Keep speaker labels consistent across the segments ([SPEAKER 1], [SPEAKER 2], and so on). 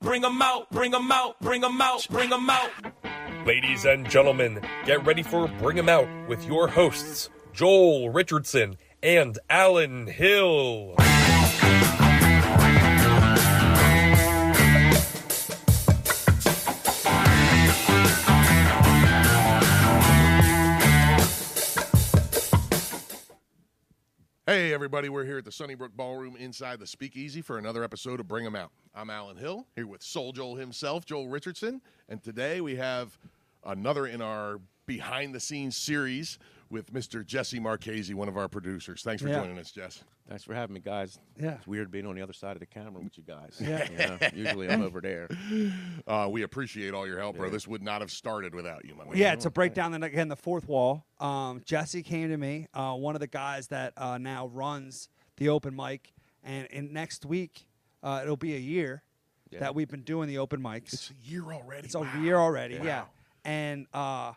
[SPEAKER 1] bring 'em out, bring 'em out, bring 'em out, bring 'em out.
[SPEAKER 2] Ladies and gentlemen, get ready for Bring 'em Out with your hosts, Joel Richardson and Alan Hill.
[SPEAKER 3] Hey, everybody, we're here at the Sunnybrook Ballroom inside the Speakeasy for another episode of Bring 'em Out. I'm Alan Hill, here with Soul Joel himself, Joel Richardson, and today we have another in our behind the scenes series with Mr. Jesse Marchese, one of our producers. Thanks for
[SPEAKER 4] Yeah.
[SPEAKER 3] joining us, Jess.
[SPEAKER 5] Thanks for having me, guys.
[SPEAKER 4] Yeah.
[SPEAKER 5] It's weird being on the other side of the camera with you guys.
[SPEAKER 4] Yeah.
[SPEAKER 5] You know, usually I'm over there.
[SPEAKER 3] Uh, we appreciate all your help, bro. This would not have started without you, my man.
[SPEAKER 4] Yeah, to break down the, again the fourth wall. Um, Jesse came to me, uh, one of the guys that uh, now runs the open mic, and, and next week uh, it'll be a year that we've been doing the open mics.
[SPEAKER 3] It's a year already.
[SPEAKER 4] It's a
[SPEAKER 3] Wow.
[SPEAKER 4] year already, yeah. And uh,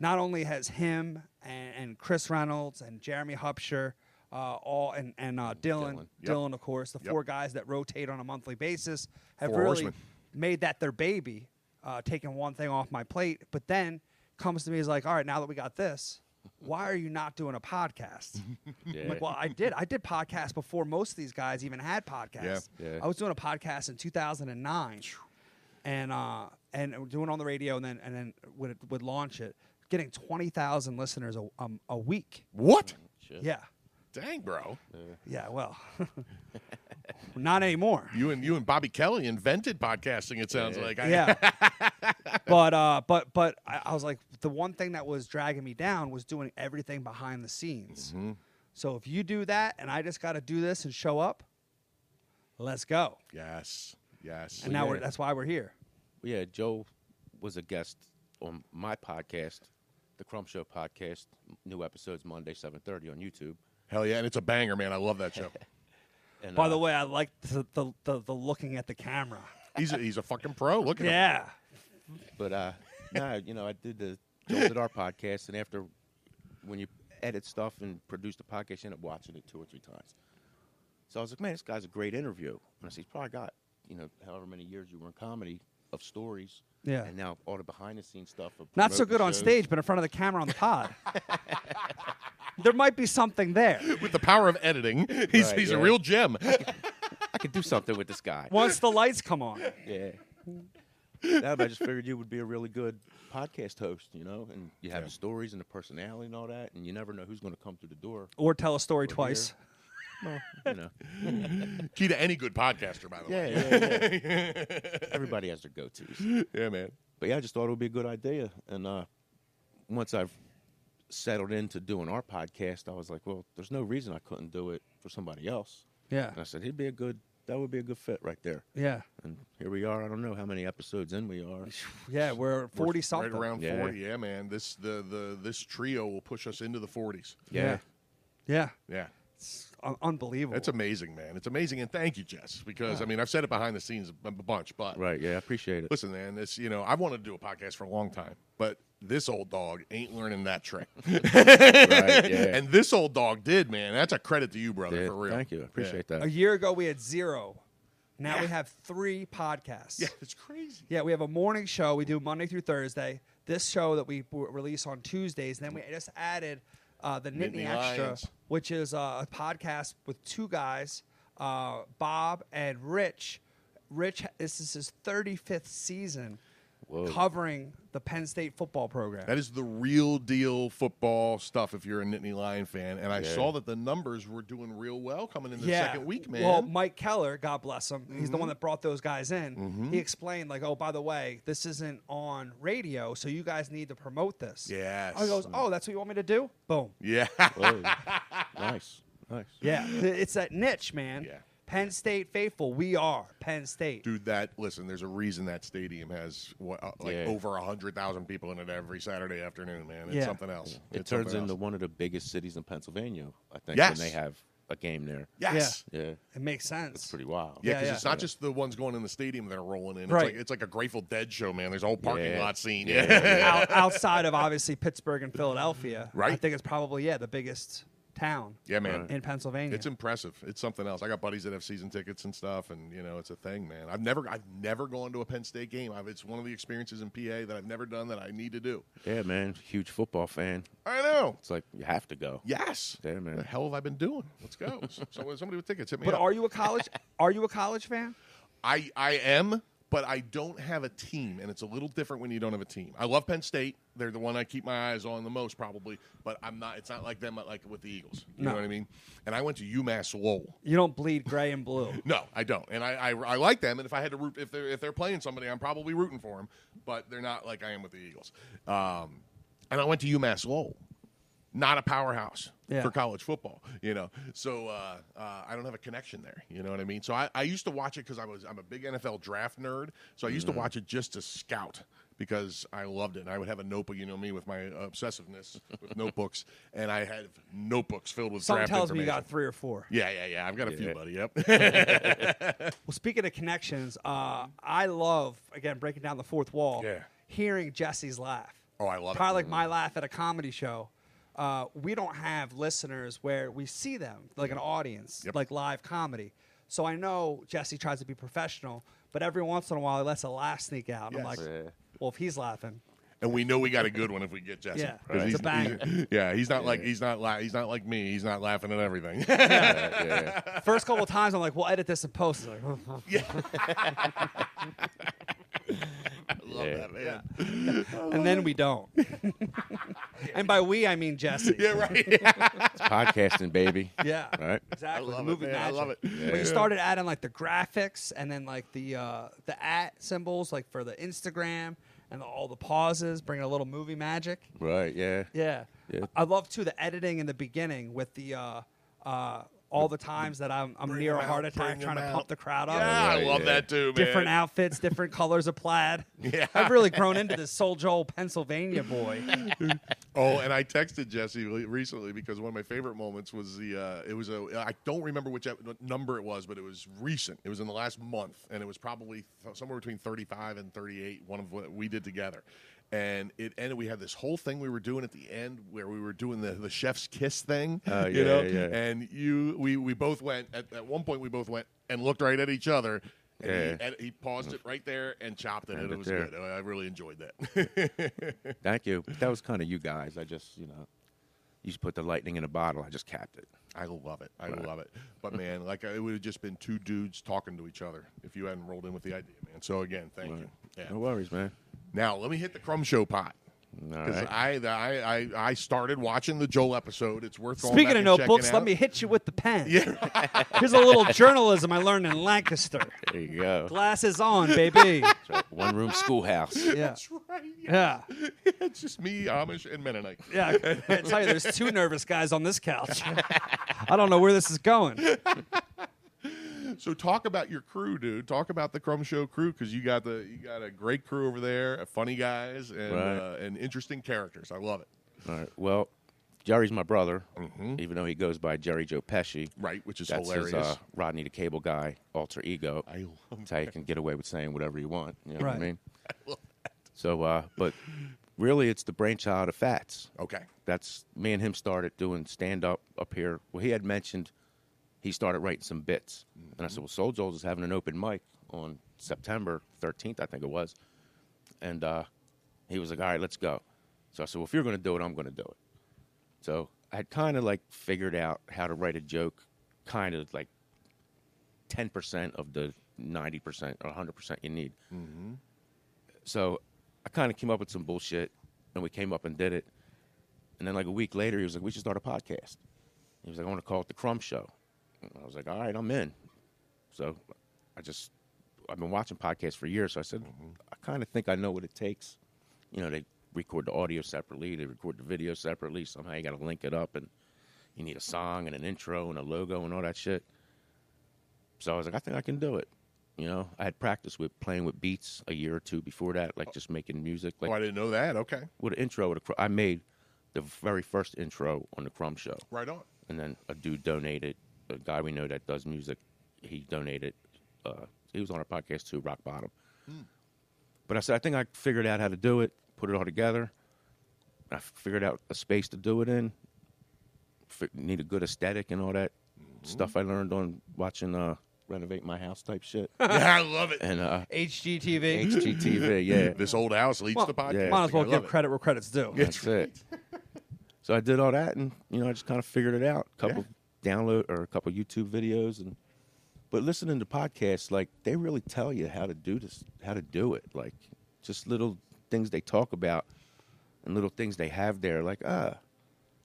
[SPEAKER 4] not only has him and, and Chris Reynolds and Jeremy Hupsher, uh, all and and uh, Dylan, Dylan,
[SPEAKER 3] Yep.
[SPEAKER 4] of course, the
[SPEAKER 3] Yep.
[SPEAKER 4] four guys that rotate on a monthly basis have
[SPEAKER 3] Four
[SPEAKER 4] really
[SPEAKER 3] horsemen.
[SPEAKER 4] made that their baby, uh, taking one thing off my plate. But then comes to me is like, all right, now that we got this, why are you not doing a podcast? I'm
[SPEAKER 5] Yeah.
[SPEAKER 4] like, well, I did. I did podcasts before most of these guys even had podcasts.
[SPEAKER 5] Yeah.
[SPEAKER 4] I was doing a podcast in 2009, and uh, and doing it on the radio, and then and then would would launch it, getting 20,000 listeners a um, a week.
[SPEAKER 3] What?
[SPEAKER 4] Yeah,
[SPEAKER 3] Dang, bro.
[SPEAKER 4] yeah. Well, not anymore.
[SPEAKER 3] You and you and Bobby Kelly invented podcasting, it sounds like. I-
[SPEAKER 4] Yeah. but uh, but but I, I was like, the one thing that was dragging me down was doing everything behind the scenes.
[SPEAKER 5] Mm-hmm.
[SPEAKER 4] So if you do that, and I just got to do this and show up, let's go.
[SPEAKER 3] Yes. Yes.
[SPEAKER 4] And now we're,
[SPEAKER 5] yeah.
[SPEAKER 4] that's why we're here.
[SPEAKER 5] Well, yeah, Joe was a guest on my podcast, the Crumb Show podcast. New episodes Monday, 7.30 on YouTube.
[SPEAKER 3] Hell yeah. And it's a banger, man. I love that show.
[SPEAKER 5] And,
[SPEAKER 4] By
[SPEAKER 5] uh,
[SPEAKER 4] the way, I like the the, the, the looking at the camera.
[SPEAKER 3] He's a, he's a fucking pro. Look at him.
[SPEAKER 4] Yeah.
[SPEAKER 5] But, uh, no, you know, I did the Joe did our podcast, and after when you edit stuff and produce the podcast, you end up watching it two or three times. So I was like, man, this guy's a great interview. And I said, he's probably got, you know, however many years you were in comedy of stories.
[SPEAKER 4] Yeah.
[SPEAKER 5] And now all the behind the scenes stuff. Of
[SPEAKER 4] Not so
[SPEAKER 5] promoting
[SPEAKER 4] good on
[SPEAKER 5] shows.
[SPEAKER 4] stage, but in front of the camera on the pod. there might be something there.
[SPEAKER 3] with the power of editing, he's,
[SPEAKER 5] Right,
[SPEAKER 3] he's a
[SPEAKER 5] yeah.
[SPEAKER 3] real gem.
[SPEAKER 5] I could do something with this guy.
[SPEAKER 4] Once the lights come on.
[SPEAKER 5] Yeah. no, but I just figured you would be a really good podcast host, you know, and you have the stories and the personality and all that, and you never know who's going to come through the door.
[SPEAKER 4] Or tell a story twice.
[SPEAKER 5] You know,
[SPEAKER 3] Key to any good podcaster, by the
[SPEAKER 5] yeah,
[SPEAKER 3] way.
[SPEAKER 5] yeah, yeah. Everybody has their go-tos,
[SPEAKER 3] Yeah, man.
[SPEAKER 5] but yeah, I just thought it would be a good idea. And uh, once I've settled into doing our podcast, I was like, well, there's no reason I couldn't do it for somebody else.
[SPEAKER 4] Yeah.
[SPEAKER 5] And I said, he'd be a good, that would be a good fit right there.
[SPEAKER 4] Yeah.
[SPEAKER 5] And here we are. I don't know how many episodes in we are.
[SPEAKER 4] Yeah, we're 40 something.
[SPEAKER 3] Right around
[SPEAKER 5] Yeah.
[SPEAKER 3] forty, yeah, man. This the the this trio will push us into the forties.
[SPEAKER 4] Yeah. Yeah.
[SPEAKER 3] Yeah,
[SPEAKER 4] It's un- unbelievable.
[SPEAKER 3] that's amazing, man. It's amazing, and thank you, Jess, because I mean I've said it behind the scenes a b- bunch, but
[SPEAKER 5] Right. Yeah. I appreciate it.
[SPEAKER 3] listen, man, this you know I wanted to do a podcast for a long time, but this old dog ain't learning that trick,
[SPEAKER 5] right. Yeah.
[SPEAKER 3] and this old dog did, man. That's a credit to you, brother,
[SPEAKER 5] Yeah,
[SPEAKER 3] for real.
[SPEAKER 5] Thank you. I appreciate
[SPEAKER 4] a
[SPEAKER 5] that.
[SPEAKER 4] year ago, we had zero. Now we have three podcasts.
[SPEAKER 3] Yeah, it's crazy.
[SPEAKER 4] Yeah, we have a morning show we do Monday through Thursday. This show that we w- release on Tuesdays. Then we just added uh, the Nittany,
[SPEAKER 3] Nittany
[SPEAKER 4] Extra,
[SPEAKER 3] Lions.
[SPEAKER 4] which is uh, a podcast with two guys, uh, Bob and Rich. Rich, this is his 35th season covering the Penn State football program.
[SPEAKER 3] That is the real deal football stuff if you're a Nittany Lion fan. And I saw that the numbers were doing real well coming in the second week, man. Mm-hmm.
[SPEAKER 4] Well, Mike Keller, God bless him, he's the one that brought those guys in. He explained, like, oh, by the way, this isn't on radio, so you guys need to promote this.
[SPEAKER 3] Yes.
[SPEAKER 4] I goes, oh, that's what you want me to do? Boom.
[SPEAKER 3] yeah.
[SPEAKER 5] Whoa. nice. Nice.
[SPEAKER 4] Yeah. it's that niche, man.
[SPEAKER 3] Yeah.
[SPEAKER 4] Penn State faithful. We are Penn State.
[SPEAKER 3] Dude, that, listen, there's a reason that stadium has what, uh, like
[SPEAKER 5] Yeah.
[SPEAKER 3] over 100,000 people in it every Saturday afternoon, man. It's
[SPEAKER 4] Yeah.
[SPEAKER 3] something else.
[SPEAKER 5] It
[SPEAKER 3] It's
[SPEAKER 5] turns
[SPEAKER 3] something
[SPEAKER 5] into
[SPEAKER 3] else.
[SPEAKER 5] one of the biggest cities in Pennsylvania, I think,
[SPEAKER 3] Yes.
[SPEAKER 5] when they have a game there.
[SPEAKER 3] Yes. Yeah.
[SPEAKER 5] Yeah.
[SPEAKER 4] It makes sense.
[SPEAKER 5] It's pretty wild.
[SPEAKER 3] Yeah, because
[SPEAKER 4] yeah.
[SPEAKER 3] it's not just the ones going in the stadium that are rolling in. It's
[SPEAKER 4] Right.
[SPEAKER 3] like it's like a Grateful Dead show, man. There's a whole parking
[SPEAKER 5] Yeah.
[SPEAKER 3] lot scene.
[SPEAKER 5] Yeah,
[SPEAKER 3] Yeah.
[SPEAKER 5] yeah,
[SPEAKER 4] Out, outside of obviously Pittsburgh and Philadelphia, I
[SPEAKER 3] Right.
[SPEAKER 4] think it's probably yeah the biggest town
[SPEAKER 3] Yeah, man.
[SPEAKER 4] in Pennsylvania.
[SPEAKER 3] It's impressive. It's something else. I got buddies that have season tickets and stuff, and you know, it's a thing, man. I've never, I've never gone to a Penn State game. I've, it's one of the experiences in PA that I've never done that I need to do.
[SPEAKER 5] Yeah, man. Huge football fan.
[SPEAKER 3] I know.
[SPEAKER 5] It's like you have to go.
[SPEAKER 3] Yes.
[SPEAKER 5] Yeah, man.
[SPEAKER 3] The hell have I been doing? Let's go. so somebody with tickets hit me
[SPEAKER 4] but
[SPEAKER 3] up.
[SPEAKER 4] are you a college? are you a college fan?
[SPEAKER 3] I I am, but I don't have a team, and it's a little different when you don't have a team. I love Penn State; they're the one I keep my eyes on the most, probably. But I'm not. It's not like them, like with the Eagles. You
[SPEAKER 4] No.
[SPEAKER 3] know what I mean? And I went to UMass Lowell.
[SPEAKER 4] You don't bleed gray and blue.
[SPEAKER 3] No, I don't, and I, I I like them. And if I had to root, if they're if they're playing somebody, I'm probably rooting for them. But they're not like I am with the Eagles. Um, and I went to UMass Lowell, not a powerhouse
[SPEAKER 4] Yeah.
[SPEAKER 3] for college football, you know. So uh, uh, I don't have a connection there. You know what I mean? So I, I used to watch it because I was I'm a big NFL draft nerd. So I used
[SPEAKER 4] Mm-hmm.
[SPEAKER 3] to watch it just to scout because I loved it. And I would have a notebook, you know me, with my obsessiveness with notebooks, and I had notebooks filled with
[SPEAKER 4] Something
[SPEAKER 3] draft
[SPEAKER 4] tells me you
[SPEAKER 3] information.
[SPEAKER 4] got three or four.
[SPEAKER 3] Yeah, yeah, yeah. I've got a few, buddy. Yep.
[SPEAKER 4] Well, speaking of connections, uh, I love again breaking down the fourth wall.
[SPEAKER 3] Yeah.
[SPEAKER 4] Hearing Jesse's laugh.
[SPEAKER 3] Oh, I love it.
[SPEAKER 4] Kind of like my laugh at a comedy show. Uh, we don't have listeners where we see them like an audience,
[SPEAKER 3] Yep.
[SPEAKER 4] like live comedy. So I know Jesse tries to be professional, but every once in a while he lets a laugh sneak out.
[SPEAKER 3] Yes.
[SPEAKER 4] I'm like, well, if he's laughing,
[SPEAKER 3] and we know we got a good one if we get Jesse.
[SPEAKER 4] Yeah,
[SPEAKER 3] 'Cause
[SPEAKER 4] it's a
[SPEAKER 3] he's- he's- yeah, he's not like he's not la- he's not like me. He's not laughing at everything.
[SPEAKER 4] first couple of times I'm like, we'll edit this in post. He's like,
[SPEAKER 3] I love that man. Yeah,
[SPEAKER 4] and then we don't. and by we, I mean Jesse.
[SPEAKER 3] right.
[SPEAKER 5] It's podcasting, baby.
[SPEAKER 4] Yeah.
[SPEAKER 5] Right?
[SPEAKER 4] Exactly.
[SPEAKER 3] I love
[SPEAKER 4] the movie
[SPEAKER 3] it, man. I
[SPEAKER 4] magic.
[SPEAKER 3] love it.
[SPEAKER 4] When you started adding like the graphics and then like the uh, the at symbols like for the Instagram and all the pauses, bringing a little movie magic.
[SPEAKER 5] Right, yeah.
[SPEAKER 4] Yeah.
[SPEAKER 5] Yeah.
[SPEAKER 4] I love too the editing in the beginning with the uh, uh, all the times that I'm, I'm near a
[SPEAKER 3] 'em
[SPEAKER 4] heart
[SPEAKER 3] out,
[SPEAKER 4] attack
[SPEAKER 3] bring
[SPEAKER 4] trying
[SPEAKER 3] 'em
[SPEAKER 4] to
[SPEAKER 3] out.
[SPEAKER 4] pump the crowd up.
[SPEAKER 3] Yeah, I
[SPEAKER 5] right,
[SPEAKER 3] love
[SPEAKER 5] yeah.
[SPEAKER 3] that too, man.
[SPEAKER 4] Different outfits, different colors of plaid. Yeah. I've really grown into this Soul Joel Pennsylvania boy.
[SPEAKER 3] Oh, and I texted Jesse le- recently because one of my favorite moments was the uh, it was a I don't remember which ep- what number it was, but it was recent. It was in the last month, and it was probably th- somewhere between thirty five and thirty eight. One of what we did together, and it ended. We had this whole thing we were doing at the end where we were doing the the chef's kiss thing,
[SPEAKER 5] Oh,
[SPEAKER 3] you
[SPEAKER 5] yeah,
[SPEAKER 3] know,
[SPEAKER 5] yeah, yeah.
[SPEAKER 3] and you we we both went at, at one point we both went and looked right at each other. And he,
[SPEAKER 5] Yeah.
[SPEAKER 3] and he paused it right there and chopped it, and
[SPEAKER 5] End
[SPEAKER 3] it
[SPEAKER 5] it
[SPEAKER 3] was
[SPEAKER 5] there.
[SPEAKER 3] good. I I really enjoyed that.
[SPEAKER 5] Thank you. But that was kind of you guys. I just, you know, you just put the lightning in a bottle. I just capped it.
[SPEAKER 3] I love it. I love it. But man, like it would have just been two dudes talking to each other if you hadn't rolled in with the idea, man. So again, thank you. Yeah.
[SPEAKER 5] No worries, man.
[SPEAKER 3] Now let me hit the crumb show pot.
[SPEAKER 5] All
[SPEAKER 3] Because
[SPEAKER 5] right.
[SPEAKER 3] I, the- I, I, I started watching the Joel episode. It's worth going
[SPEAKER 4] Speaking
[SPEAKER 3] back
[SPEAKER 4] of
[SPEAKER 3] and checking
[SPEAKER 4] notebooks,
[SPEAKER 3] out.
[SPEAKER 4] let me hit you with the pen. Here's a little journalism I learned in Lancaster.
[SPEAKER 5] There you go.
[SPEAKER 4] Glasses on, baby.
[SPEAKER 5] One room schoolhouse.
[SPEAKER 4] Yeah.
[SPEAKER 3] That's right. Yeah.
[SPEAKER 4] Yeah.
[SPEAKER 3] it's just me, Amish, and Mennonite.
[SPEAKER 4] Yeah. I can tell you, there's two nervous guys on this couch. I don't know where this is going.
[SPEAKER 3] So talk about your crew, dude. Talk about the Crumb Show crew because you got the you got a great crew over there, uh, funny guys and
[SPEAKER 5] Right.
[SPEAKER 3] uh, and interesting characters. I love it.
[SPEAKER 5] All right. Well, Jerry's my brother, even though he goes by Jerry Joe Pesci.
[SPEAKER 3] Mm-hmm. Right, which is
[SPEAKER 5] That's
[SPEAKER 3] hilarious.
[SPEAKER 5] his uh, Rodney the Cable Guy alter ego.
[SPEAKER 3] I love
[SPEAKER 5] That's how you can get away with saying whatever you want. You know what I
[SPEAKER 4] Right.
[SPEAKER 5] mean? So, uh, but really, it's the brainchild of Fats.
[SPEAKER 3] okay.
[SPEAKER 5] That's me and him started doing stand up up here. Well, he had mentioned he started writing some bits, and I said, "Well, Soul Joel's is having an open mic on September 13th, I think it was," and uh, he was like, "All right, let's go." So I said, "Well, if you're going to do it, I'm going to do it." So I had kind of like figured out how to write a joke, kind of like ten percent of the ninety percent or hundred percent you need. Mm-hmm. So I kind of came up with some bullshit, and we came up and did it. And then like a week later, he was like, "We should start a podcast." He was like, "I want to call it the Crumb Show." And I was like, "All right, I'm in." So I just I've been watching podcasts for years, so I said, "I kind of think I know what it takes." You know, they record the audio separately, they record the video separately. Somehow you got to link it up, and you need a song and an intro and a logo and all that shit. So I was like, I think I can do it. You know, I had practiced with playing with beats a year or two before that, like just making music, like
[SPEAKER 3] Oh, I didn't know that. Okay.
[SPEAKER 5] with an intro. With a, cr- I made the very first intro on the Crumb Show,
[SPEAKER 3] Right on.
[SPEAKER 5] and then a dude donated. A guy we know that does music, he donated. Uh, he was on our podcast too, Rock Bottom. But I said, I think I figured out how to do it. Put it all together. I figured out a space to do it in. fi- need a good aesthetic and all that stuff I learned on watching uh, renovate my house type shit
[SPEAKER 3] Yeah, I love it.
[SPEAKER 5] and uh,
[SPEAKER 4] HGTV.
[SPEAKER 5] HGTV. Yeah,
[SPEAKER 3] This old house leads
[SPEAKER 4] Well,
[SPEAKER 3] to podcast.
[SPEAKER 5] yeah.
[SPEAKER 4] Might as well
[SPEAKER 3] I love
[SPEAKER 4] give
[SPEAKER 3] it.
[SPEAKER 4] credit where credit's due.
[SPEAKER 5] that's it. So I did all that, and you know, I just kind of figured it out. A couple download or a couple YouTube videos, and but listening to podcasts, like they really tell you how to do this, how to do it. Like just little things they talk about, and little things they have there. Like ah,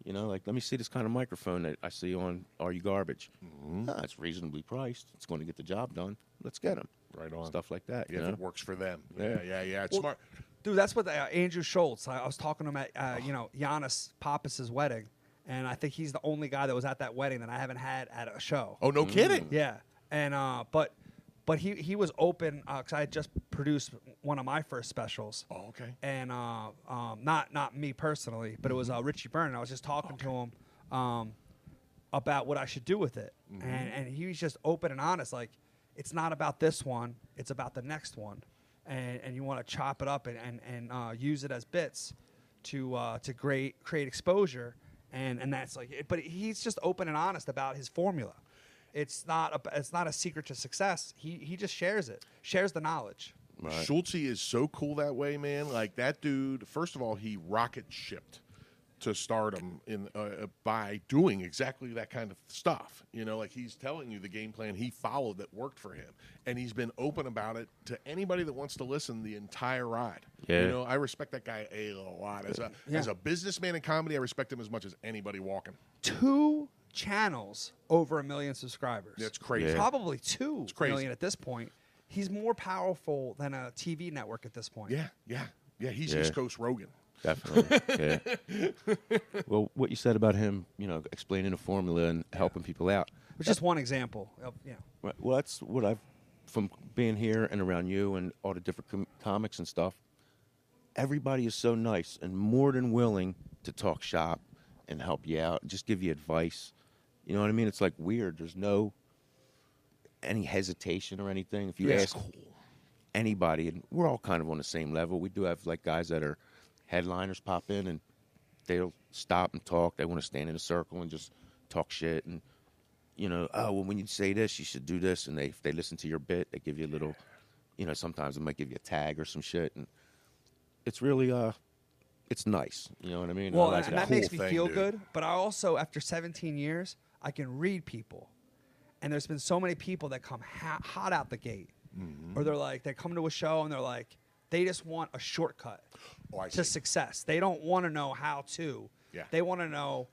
[SPEAKER 5] you know, like let me see this kind of microphone that I see on Are You Garbage?
[SPEAKER 3] Mm-hmm.
[SPEAKER 5] Ah, it's reasonably priced. It's going to get the job done. Let's get them.
[SPEAKER 3] Right on.
[SPEAKER 5] Stuff like that.
[SPEAKER 3] Yeah,
[SPEAKER 5] you
[SPEAKER 3] if
[SPEAKER 5] know?
[SPEAKER 3] it works for them. Yeah,
[SPEAKER 5] Yeah.
[SPEAKER 3] yeah, yeah. It's smart.
[SPEAKER 4] Dude, that's what uh, Andrew Schultz. I, I was talking to him at uh, you know Giannis Pappas's wedding, and I think he's the only guy that was at that wedding that I haven't had at a show.
[SPEAKER 3] Oh, no kidding.
[SPEAKER 4] Yeah, and uh, but but he he was open because I had just produced one of my first specials.
[SPEAKER 3] Oh, okay.
[SPEAKER 4] And uh, um, not not me personally, but it was
[SPEAKER 3] Mm-hmm.
[SPEAKER 4] uh, Richie Byrne. and I was just talking to him um, about what I should do with it,
[SPEAKER 3] Mm-hmm.
[SPEAKER 4] and and he was just open and honest. Like, it's not about this one; it's about the next one, and and you want to chop it up and and and uh, use it as bits to uh, to create create exposure, and and that's like. It, but he's just open and honest about his formula. It's not a, it's not a secret to success. He he just shares it, shares the knowledge.
[SPEAKER 3] Schulze is so cool that way, man. Like that dude. First of all, he rocket shipped to stardom in uh, by doing exactly that kind of stuff. You know, like he's telling you the game plan he followed that worked for him, and he's been open about it to anybody that wants to listen the entire ride.
[SPEAKER 5] Yeah.
[SPEAKER 3] You know, I respect that guy a lot as a as a businessman in comedy. I respect him as much as anybody walking.
[SPEAKER 4] two channels over a million subscribers.
[SPEAKER 3] That's crazy. Yeah.
[SPEAKER 4] Probably two
[SPEAKER 3] crazy.
[SPEAKER 4] million at this point. He's more powerful than a TV network at this point.
[SPEAKER 3] Yeah, yeah, yeah. He's
[SPEAKER 5] Yeah.
[SPEAKER 3] East Coast Rogan.
[SPEAKER 5] Definitely. yeah. Well, what you said about him, you know, explaining the formula and helping people out.
[SPEAKER 4] Which is one example. Of, yeah.
[SPEAKER 5] Right, Well, that's what I've from being here and around you and all the different com- comics and stuff. Everybody is so nice and more than willing to talk shop and help you out, just give you advice. You know what I mean? It's like weird. There's no any hesitation or anything. If you ask anybody, and we're all kind of on the same level. We do have like guys that are headliners pop in and they'll stop and talk. They want to stand in a circle and just talk shit and you know, oh well, when you say this, you should do this, and they if they listen to your bit, they give you a little, you know, sometimes they might give you a tag or some shit, and it's really uh, it's nice. You know what I mean? I
[SPEAKER 4] Well,
[SPEAKER 5] like
[SPEAKER 4] and that
[SPEAKER 3] cool
[SPEAKER 4] makes me
[SPEAKER 3] thing,
[SPEAKER 4] feel
[SPEAKER 3] dude.
[SPEAKER 4] good. But I also, after 17 years, I can read people. And there's been so many people that come ha- hot out the gate.
[SPEAKER 3] Mm-hmm.
[SPEAKER 4] Or they're like, they come to a show and they're like, they just want a shortcut
[SPEAKER 3] Oh, I see.
[SPEAKER 4] to success. They don't want to know how to.
[SPEAKER 3] Yeah.
[SPEAKER 4] They want to know,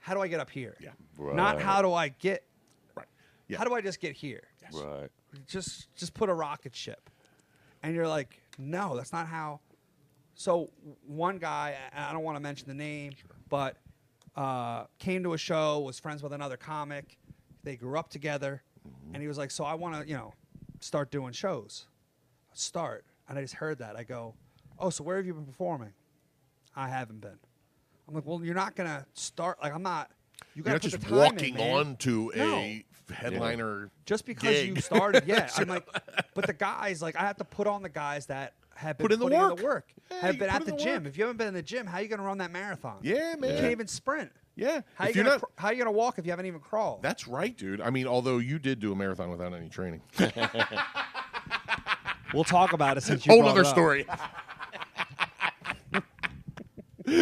[SPEAKER 4] how do I get up here?
[SPEAKER 3] Yeah.
[SPEAKER 4] Not how do I get,
[SPEAKER 3] Right. Yeah.
[SPEAKER 4] how do I just get here?
[SPEAKER 5] right.
[SPEAKER 4] just just put a rocket ship and you're like no that's not how so one guy and i don't want to mention the name but uh, came to a show was friends with another comic they grew up together
[SPEAKER 3] Mm-hmm.
[SPEAKER 4] and he was like so i want to you know start doing shows start and i just heard that i go oh so where have you been performing i haven't been i'm like well you're not gonna start like i'm not you
[SPEAKER 3] You're
[SPEAKER 4] gotta
[SPEAKER 3] not
[SPEAKER 4] put the
[SPEAKER 3] just
[SPEAKER 4] time in,
[SPEAKER 3] walking
[SPEAKER 4] man.
[SPEAKER 3] on to a
[SPEAKER 4] No.
[SPEAKER 3] headliner.
[SPEAKER 4] just because
[SPEAKER 3] gig.
[SPEAKER 4] you started, yeah. I'm like, but the guys, like, I have to put on the guys that have been
[SPEAKER 3] Put in the
[SPEAKER 4] putting
[SPEAKER 3] work.
[SPEAKER 4] the work
[SPEAKER 3] Yeah,
[SPEAKER 4] have
[SPEAKER 3] you
[SPEAKER 4] been
[SPEAKER 3] put
[SPEAKER 4] at
[SPEAKER 3] in
[SPEAKER 4] the,
[SPEAKER 3] the
[SPEAKER 4] gym.
[SPEAKER 3] work.
[SPEAKER 4] If you haven't been in the gym, how you going to run that marathon?
[SPEAKER 3] Yeah, man.
[SPEAKER 4] You can't even sprint.
[SPEAKER 3] Yeah.
[SPEAKER 4] How
[SPEAKER 3] If
[SPEAKER 4] you
[SPEAKER 3] you're
[SPEAKER 4] gonna
[SPEAKER 3] not-
[SPEAKER 4] cr- how you gonna walk if you haven't even crawled?
[SPEAKER 3] That's right, dude. I mean, although you did do a marathon without any training.
[SPEAKER 4] we'll talk about it since you
[SPEAKER 3] Whole
[SPEAKER 4] brought
[SPEAKER 3] other
[SPEAKER 4] it up.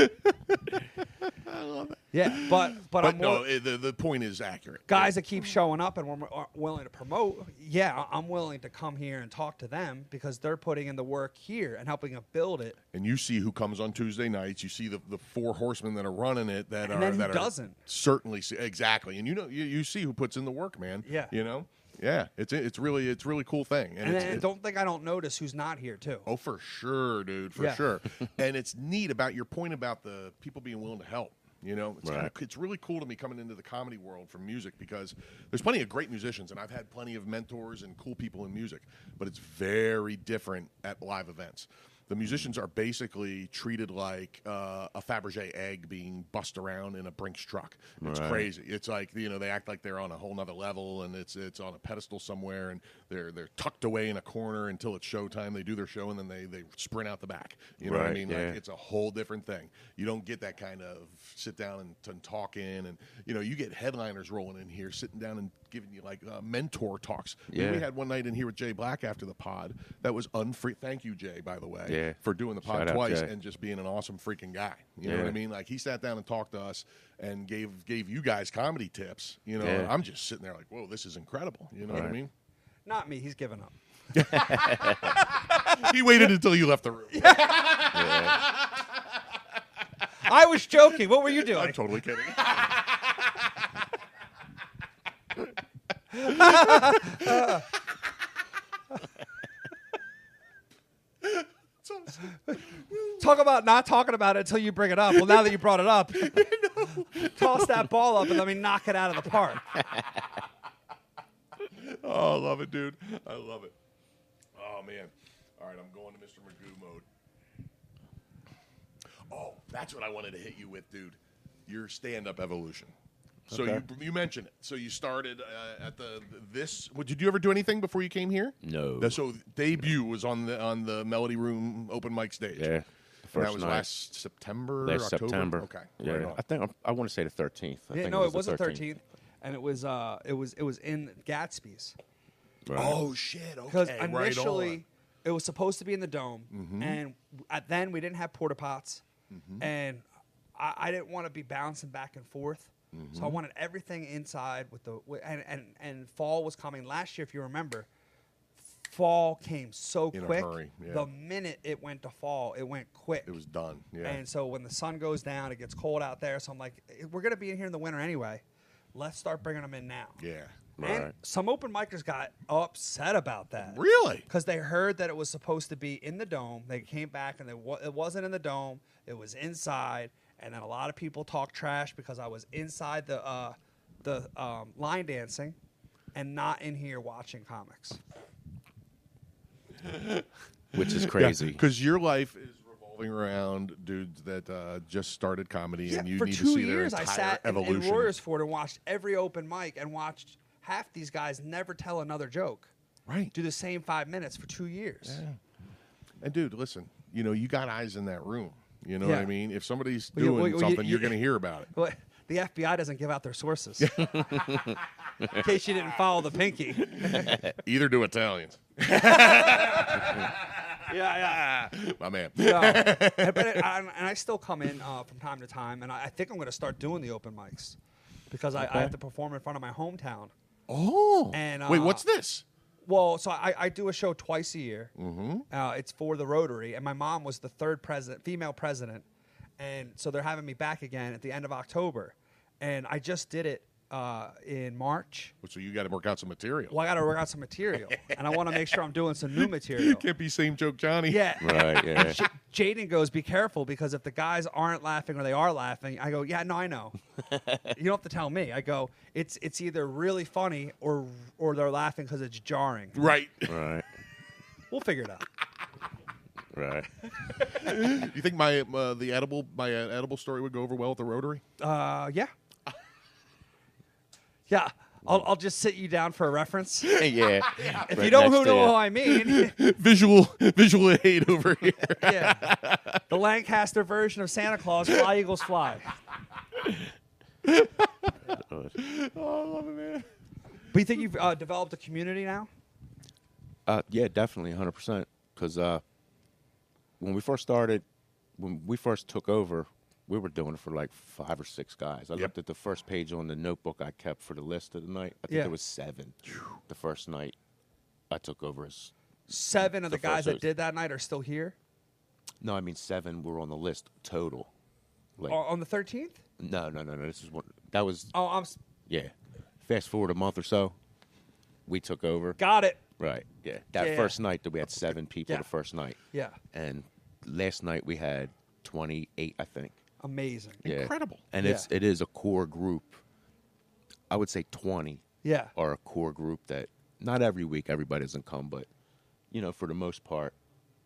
[SPEAKER 3] story. I love it.
[SPEAKER 4] Yeah, but but,
[SPEAKER 3] But
[SPEAKER 4] I'm
[SPEAKER 3] no,
[SPEAKER 4] more,
[SPEAKER 3] it- the, the point is accurate.
[SPEAKER 4] guys that keep showing up and we're are willing to promote. Yeah, I- I'm willing to come here and talk to them because they're putting in the work here and helping to build it.
[SPEAKER 3] And you see who comes on Tuesday nights. You see the, the four horsemen that are running it that
[SPEAKER 4] And
[SPEAKER 3] are
[SPEAKER 4] then who
[SPEAKER 3] that are
[SPEAKER 4] doesn't?
[SPEAKER 3] certainly see, exactly. And you know you, you see who puts in the work, man.
[SPEAKER 4] Yeah.
[SPEAKER 3] You know? Yeah. It's it's really it's really cool thing. And,
[SPEAKER 4] And,
[SPEAKER 3] it's,
[SPEAKER 4] then
[SPEAKER 3] it's-
[SPEAKER 4] don't think I don't notice who's not here too.
[SPEAKER 3] Oh, for sure, dude, for
[SPEAKER 4] Yeah.
[SPEAKER 3] sure. and it's neat about your point about the people being willing to help. You know, it's, kinda, it's really cool to me coming into the comedy world from music because there's plenty of great musicians, and I've had plenty of mentors and cool people in music, but it's very different at live events. the musicians are basically treated like uh, a Fabergé egg being bussed around in a Brinks truck. It's crazy. It's like you know they act like they're on a whole nother level, and it's it's on a pedestal somewhere, and they're they're tucked away in a corner until it's showtime. They do their show, and then they they sprint out the back. You know what I
[SPEAKER 5] Right,
[SPEAKER 3] mean?
[SPEAKER 5] yeah.
[SPEAKER 3] Like it's a whole different thing. You don't get that kind of sit down and, and talk in, and you know you get headliners rolling in here, sitting down and giving you like uh, mentor talks. I mean, we
[SPEAKER 5] Yeah.
[SPEAKER 3] had one night in here with Jay Black after the pod. That was unfree. Thank you, Jay, by the way,
[SPEAKER 5] Yeah.
[SPEAKER 3] for doing the pod
[SPEAKER 5] Shout out,
[SPEAKER 3] twice
[SPEAKER 5] Jay.
[SPEAKER 3] and just being an awesome freaking guy. You know what I
[SPEAKER 5] Yeah.
[SPEAKER 3] mean? Like he sat down and talked to us and gave gave you guys comedy tips. You know,
[SPEAKER 5] Yeah.
[SPEAKER 3] and I'm just sitting there like, whoa, this is incredible. You know what I
[SPEAKER 5] Right.
[SPEAKER 3] mean?
[SPEAKER 4] Not me. He's given up.
[SPEAKER 3] he waited until you left the room.
[SPEAKER 4] I was joking. What were you
[SPEAKER 3] I'm
[SPEAKER 4] doing?
[SPEAKER 3] totally kidding.
[SPEAKER 4] Talk about not talking about it until you bring it up. Well, now that you brought it up, toss that ball up and let me knock it out of the park.
[SPEAKER 3] Oh, I love it, dude. I love it. Oh man. All right, I'm going to Mr. Magoo mode. Oh, that's what I wanted to hit you with, dude. Your stand-up evolution. So you you mentioned it. So you started uh, at the this. Well, did you ever do anything before you came here?
[SPEAKER 5] No.
[SPEAKER 3] The- So debut was on the on the Melody Room open mic stage.
[SPEAKER 5] Yeah, the
[SPEAKER 3] And that
[SPEAKER 5] first
[SPEAKER 3] was
[SPEAKER 5] night.
[SPEAKER 3] last September.
[SPEAKER 5] Last
[SPEAKER 3] October?
[SPEAKER 5] September.
[SPEAKER 3] Okay.
[SPEAKER 5] Yeah.
[SPEAKER 3] Right on.
[SPEAKER 5] I think I want to say the 13th. I
[SPEAKER 4] Yeah,
[SPEAKER 5] think
[SPEAKER 4] no, it was
[SPEAKER 5] the
[SPEAKER 4] the thirteenth, and it was uh, it was it was in Gatsby's
[SPEAKER 5] Right.
[SPEAKER 3] Oh shit.
[SPEAKER 4] because
[SPEAKER 3] Okay. right on. Mm-hmm.
[SPEAKER 4] initially it was supposed to be in the dome, and at then we didn't have porta pots, and I, I didn't want to be bouncing back and forth, so
[SPEAKER 3] Mm-hmm.
[SPEAKER 4] I wanted everything inside with the wi- and and and fall was coming last year if you remember. Fall came so
[SPEAKER 3] In a
[SPEAKER 4] quick.
[SPEAKER 3] hurry, yeah.
[SPEAKER 4] The minute it went to fall, it went quick.
[SPEAKER 3] it was done. Yeah.
[SPEAKER 4] And so when the sun goes down, it gets cold out there. So I'm like, "Eh, we're going to be in here in the winter anyway. Let's start bringing them in now.
[SPEAKER 3] yeah.
[SPEAKER 4] And
[SPEAKER 5] Right.
[SPEAKER 4] some open micers got upset about that.
[SPEAKER 3] Really?
[SPEAKER 4] Because they heard that it was supposed to be in the dome. They came back and they, wa- it wasn't in the dome, it was inside. And then a lot of people talked trash because I was inside the, uh, the um, line dancing and not in here watching comics.
[SPEAKER 5] Which is crazy.
[SPEAKER 3] Because your life is revolving around dudes that uh, just started comedy, and you
[SPEAKER 4] for
[SPEAKER 3] need
[SPEAKER 4] two
[SPEAKER 3] to see
[SPEAKER 4] years
[SPEAKER 3] their
[SPEAKER 4] I
[SPEAKER 3] entire
[SPEAKER 4] sat in, in
[SPEAKER 3] evolution.
[SPEAKER 4] Royersford and watched every open mic and watched half these guys never tell another joke.
[SPEAKER 3] Right.
[SPEAKER 4] Do the same five minutes for two years.
[SPEAKER 3] And dude, listen, you know, you got eyes in that room. You know what I
[SPEAKER 4] Yeah.
[SPEAKER 3] mean? If somebody's
[SPEAKER 4] Well, you-
[SPEAKER 3] doing
[SPEAKER 4] well, you-
[SPEAKER 3] something,
[SPEAKER 4] you-
[SPEAKER 3] you're going to hear about it.
[SPEAKER 4] But the FBI doesn't give out their sources. in case you didn't follow the pinky.
[SPEAKER 3] Either do Italians,
[SPEAKER 4] yeah,
[SPEAKER 3] my man.
[SPEAKER 4] yeah. No. And- but it- I- and I still come in uh, from time to time, and I, I think I'm going to start doing the open mics because I, I have to perform in front of my hometown.
[SPEAKER 3] Oh,
[SPEAKER 4] And,
[SPEAKER 3] wait,
[SPEAKER 4] uh,
[SPEAKER 3] what's this?
[SPEAKER 4] Well, so I, I do a show twice a year. Mm-hmm. Uh, it's for the Rotary, and my mom was the third president, female president, and so they're having me back again at the end of October, and I just did it uh, in March.
[SPEAKER 3] So you got to work out some material.
[SPEAKER 4] Well, I got to work out some material, and I want to make sure I'm doing some new material.
[SPEAKER 3] Can't be same joke, Johnny.
[SPEAKER 4] Yeah.
[SPEAKER 5] right, yeah.
[SPEAKER 4] J- Jaden goes, "Be careful because if the guys aren't laughing or they are laughing, I go, yeah, no, I know. you don't have to tell me. I go, it's it's either really funny or or they're laughing because it's jarring.
[SPEAKER 3] Right.
[SPEAKER 5] right.
[SPEAKER 4] We'll figure it out."
[SPEAKER 5] Right.
[SPEAKER 3] you think my uh, the edible my uh, edible story would go over well at the Rotary?
[SPEAKER 4] Uh, yeah. yeah. I'll, I'll just sit you down for a reference. If
[SPEAKER 5] yeah. If
[SPEAKER 4] you don't who know who I mean,
[SPEAKER 3] visual visual aid over here.
[SPEAKER 4] yeah. the Lancaster version of Santa Claus, Fly Eagles Fly.
[SPEAKER 3] oh, I love it, man.
[SPEAKER 4] But you think you've uh, developed a community now?
[SPEAKER 5] Uh, yeah, definitely, hundred percent. Because uh, when we first started, when we first took over, we were doing it for like five or six guys. I looked at the first page on the notebook I kept for the list of the night. I think
[SPEAKER 4] Yeah.
[SPEAKER 5] there was seven. The first night I took over as
[SPEAKER 4] Seven of the
[SPEAKER 5] The first
[SPEAKER 4] guys that
[SPEAKER 5] host.
[SPEAKER 4] did that night are still here
[SPEAKER 5] no, I mean seven were on the list total. Like
[SPEAKER 4] O- on the 13th.
[SPEAKER 5] no, no, no, no. This is what that was.
[SPEAKER 4] Oh, I'm s-
[SPEAKER 5] Yeah. Fast forward a month or so, we took over.
[SPEAKER 4] got it.
[SPEAKER 5] Right. Yeah. That
[SPEAKER 4] Yeah.
[SPEAKER 5] first night that we had seven people
[SPEAKER 4] Yeah.
[SPEAKER 5] the first night.
[SPEAKER 4] Yeah.
[SPEAKER 5] And last night we had twenty eight, I think.
[SPEAKER 4] Amazing.
[SPEAKER 5] Yeah.
[SPEAKER 3] Incredible.
[SPEAKER 5] And it's
[SPEAKER 4] Yeah.
[SPEAKER 5] it is a core group. I would say twenty
[SPEAKER 4] Yeah.
[SPEAKER 5] are a core group that not every week everybody doesn't come, but you know, for the most part,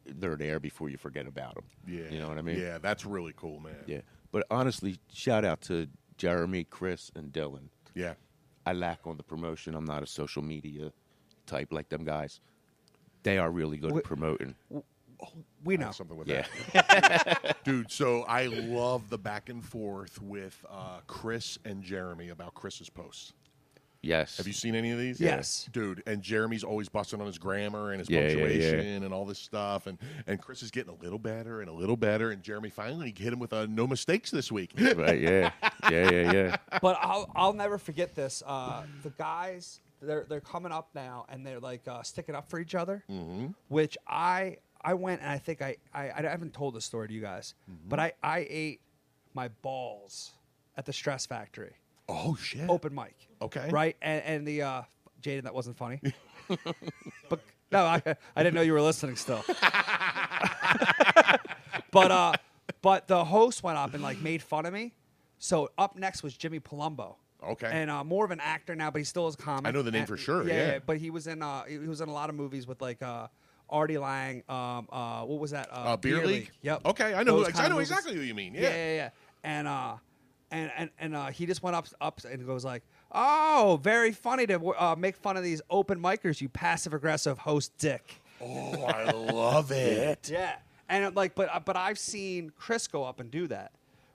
[SPEAKER 5] they're there before you forget about them.
[SPEAKER 3] Yeah.
[SPEAKER 5] you know what I mean.
[SPEAKER 3] Yeah, that's really cool, man.
[SPEAKER 5] yeah. But honestly, shout out to Jeremy, Chris, and Dylan.
[SPEAKER 3] Yeah.
[SPEAKER 5] I lack on the promotion. I'm not a social media type like them guys. They are really good at promoting.
[SPEAKER 4] We
[SPEAKER 3] I
[SPEAKER 4] know.
[SPEAKER 3] have something with
[SPEAKER 5] Yeah,
[SPEAKER 3] that. Dude, so I love the back and forth with uh, Chris and Jeremy about Chris's posts.
[SPEAKER 5] yes.
[SPEAKER 3] Have you seen any of these?
[SPEAKER 4] Yes.
[SPEAKER 3] Dude, and Jeremy's always busting on his grammar and his
[SPEAKER 5] Yeah, yeah, yeah.
[SPEAKER 3] punctuation and all this stuff. And, and Chris is getting a little better and a little better. And Jeremy finally hit him with uh, no mistakes this week.
[SPEAKER 5] right? Yeah, yeah, yeah, yeah.
[SPEAKER 4] but I'll I'll never forget this. Uh, the guys they're they're coming up now and they're like uh, sticking up for each other, mm-hmm. which I I went and I think I I, I haven't told this story to you guys,
[SPEAKER 5] Mm-hmm.
[SPEAKER 4] but I I ate my balls at the Stress Factory
[SPEAKER 3] oh, shit.
[SPEAKER 4] open mic.
[SPEAKER 3] Okay.
[SPEAKER 4] right and and the uh, Jaden that wasn't funny, but no I I didn't know you were listening still. but uh, but the host went up and like made fun of me. So up next was Jimmy Palumbo.
[SPEAKER 3] Okay.
[SPEAKER 4] and uh, more of an actor now, but he still is comic.
[SPEAKER 3] I know the name
[SPEAKER 4] And-
[SPEAKER 3] for sure,
[SPEAKER 4] yeah,
[SPEAKER 3] yeah.
[SPEAKER 4] but he was in uh, he was in a lot of movies with like uh, Artie Lang. Um, uh, what was that? Uh,
[SPEAKER 3] Uh, Beer League?
[SPEAKER 4] Yep.
[SPEAKER 3] Okay, I know who-
[SPEAKER 4] Those kind
[SPEAKER 3] I
[SPEAKER 4] of
[SPEAKER 3] know
[SPEAKER 4] movies.
[SPEAKER 3] exactly who you mean, yeah.
[SPEAKER 4] yeah, yeah, yeah. And uh, and and and uh, he just went up up and goes like, "Oh, very funny to uh, make fun of these open micers, you passive aggressive host dick."
[SPEAKER 3] Oh, I love it.
[SPEAKER 4] Yeah, and it, like, but but I've seen Chris go up and do that,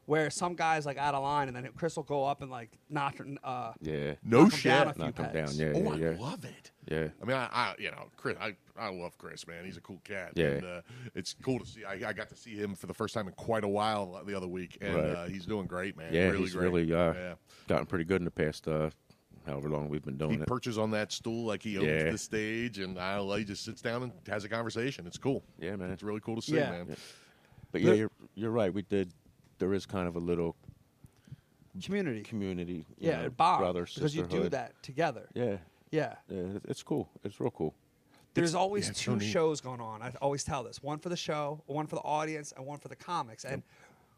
[SPEAKER 4] where some guys like out of line, and then Chris will go up and like knock, uh,
[SPEAKER 5] Yeah. Oh,
[SPEAKER 3] No
[SPEAKER 4] knock 'em
[SPEAKER 3] shit.
[SPEAKER 4] down a few
[SPEAKER 5] Knock 'em
[SPEAKER 4] pegs.
[SPEAKER 5] down, yeah.
[SPEAKER 3] Oh, I
[SPEAKER 5] yeah.
[SPEAKER 3] love it.
[SPEAKER 5] Yeah.
[SPEAKER 3] I mean, I, I you know, Chris, I, I love Chris, man. He's a cool cat.
[SPEAKER 5] Yeah.
[SPEAKER 3] And, uh, it's cool to see. I, I got to see him for the first time in quite a while the other week, and
[SPEAKER 5] Right.
[SPEAKER 3] uh, he's doing great, man.
[SPEAKER 5] Yeah,
[SPEAKER 3] really
[SPEAKER 5] he's
[SPEAKER 3] great.
[SPEAKER 5] really uh,
[SPEAKER 3] yeah.
[SPEAKER 5] gotten pretty good in the past uh, however long we've been doing
[SPEAKER 3] He
[SPEAKER 5] it.
[SPEAKER 3] perches on that stool like he owns
[SPEAKER 5] Yeah.
[SPEAKER 3] the stage, and I, he just sits down and has a conversation. It's cool.
[SPEAKER 5] Yeah, man.
[SPEAKER 3] It's really cool to see,
[SPEAKER 4] Yeah.
[SPEAKER 3] man.
[SPEAKER 5] but yeah,
[SPEAKER 4] Look-
[SPEAKER 5] you're, you're right. We did. There is kind of a little
[SPEAKER 4] community,
[SPEAKER 5] community. you
[SPEAKER 4] yeah,
[SPEAKER 5] know,
[SPEAKER 4] it bonds,
[SPEAKER 5] brother
[SPEAKER 4] because you do
[SPEAKER 5] sisterhood.
[SPEAKER 4] that together.
[SPEAKER 5] Yeah,
[SPEAKER 4] yeah.
[SPEAKER 5] yeah. it- It's cool. It's real cool.
[SPEAKER 4] There's always
[SPEAKER 3] yeah, it's so
[SPEAKER 4] two
[SPEAKER 3] neat.
[SPEAKER 4] shows going on. I always tell this one for the show, one for the audience, and one for the comics. And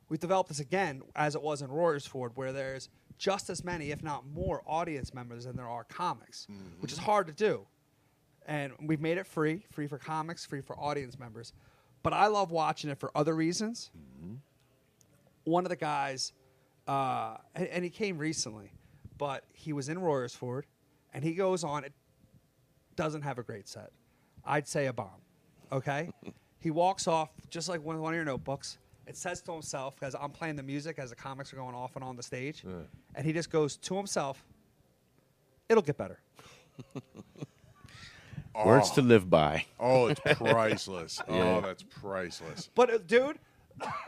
[SPEAKER 4] we've developed this again, as it was in Royersford, where there's just as many, if not more, audience members than there are comics, which
[SPEAKER 3] Mm-hmm.
[SPEAKER 4] is hard to do. And we've made it free free for comics, free for audience members. But I love watching it for other reasons
[SPEAKER 3] Mm-hmm.
[SPEAKER 4] one of the guys, uh, and, and he came recently, but he was in Royersford, and he goes on. It doesn't have a great set. I'd say a bomb. Okay, he walks off just like one, one of your notebooks. It says to himself because I'm playing the music as the comics are going off and on the stage, and he just goes to himself. It'll get better.
[SPEAKER 5] Words to live by.
[SPEAKER 3] Oh, it's priceless. Oh, that's priceless.
[SPEAKER 4] But uh, dude,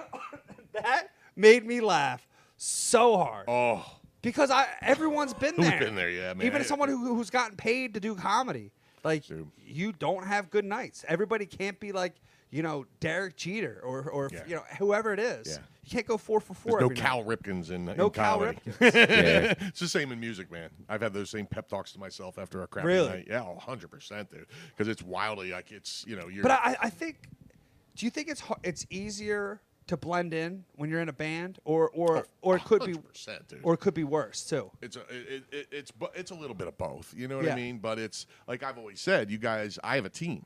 [SPEAKER 4] that made me laugh so hard.
[SPEAKER 3] Oh,
[SPEAKER 4] because I everyone's been
[SPEAKER 3] Who's
[SPEAKER 4] there.
[SPEAKER 3] been there, yeah, man.
[SPEAKER 4] Even someone who, who's gotten paid to do comedy, like
[SPEAKER 3] Dude.
[SPEAKER 4] you don't have good nights. Everybody can't be like you know Derek Jeter or or
[SPEAKER 3] Yeah.
[SPEAKER 4] you know whoever it is.
[SPEAKER 3] Yeah.
[SPEAKER 4] You can't go four for four.
[SPEAKER 3] there's no
[SPEAKER 4] every
[SPEAKER 3] Cal
[SPEAKER 4] night.
[SPEAKER 3] Ripkins in
[SPEAKER 4] No
[SPEAKER 3] in
[SPEAKER 4] Cal
[SPEAKER 3] comedy.
[SPEAKER 4] Ripken.
[SPEAKER 5] Yeah.
[SPEAKER 3] it's the same in music, man. I've had those same pep talks to myself after a crappy
[SPEAKER 4] Really?
[SPEAKER 3] night. Yeah, hundred percent, dude. Because it's wildly like it's you know you're.
[SPEAKER 4] but I, I think, do you think it's har- it's easier to blend in when you're in a band, or or or it could be
[SPEAKER 3] 100%, Oh, dude.
[SPEAKER 4] or it could be worse too.
[SPEAKER 3] it's a, it, it, it's bu- it's a little bit of both. You know what I
[SPEAKER 4] Yeah.
[SPEAKER 3] mean? But it's like I've always said, you guys. I have a team.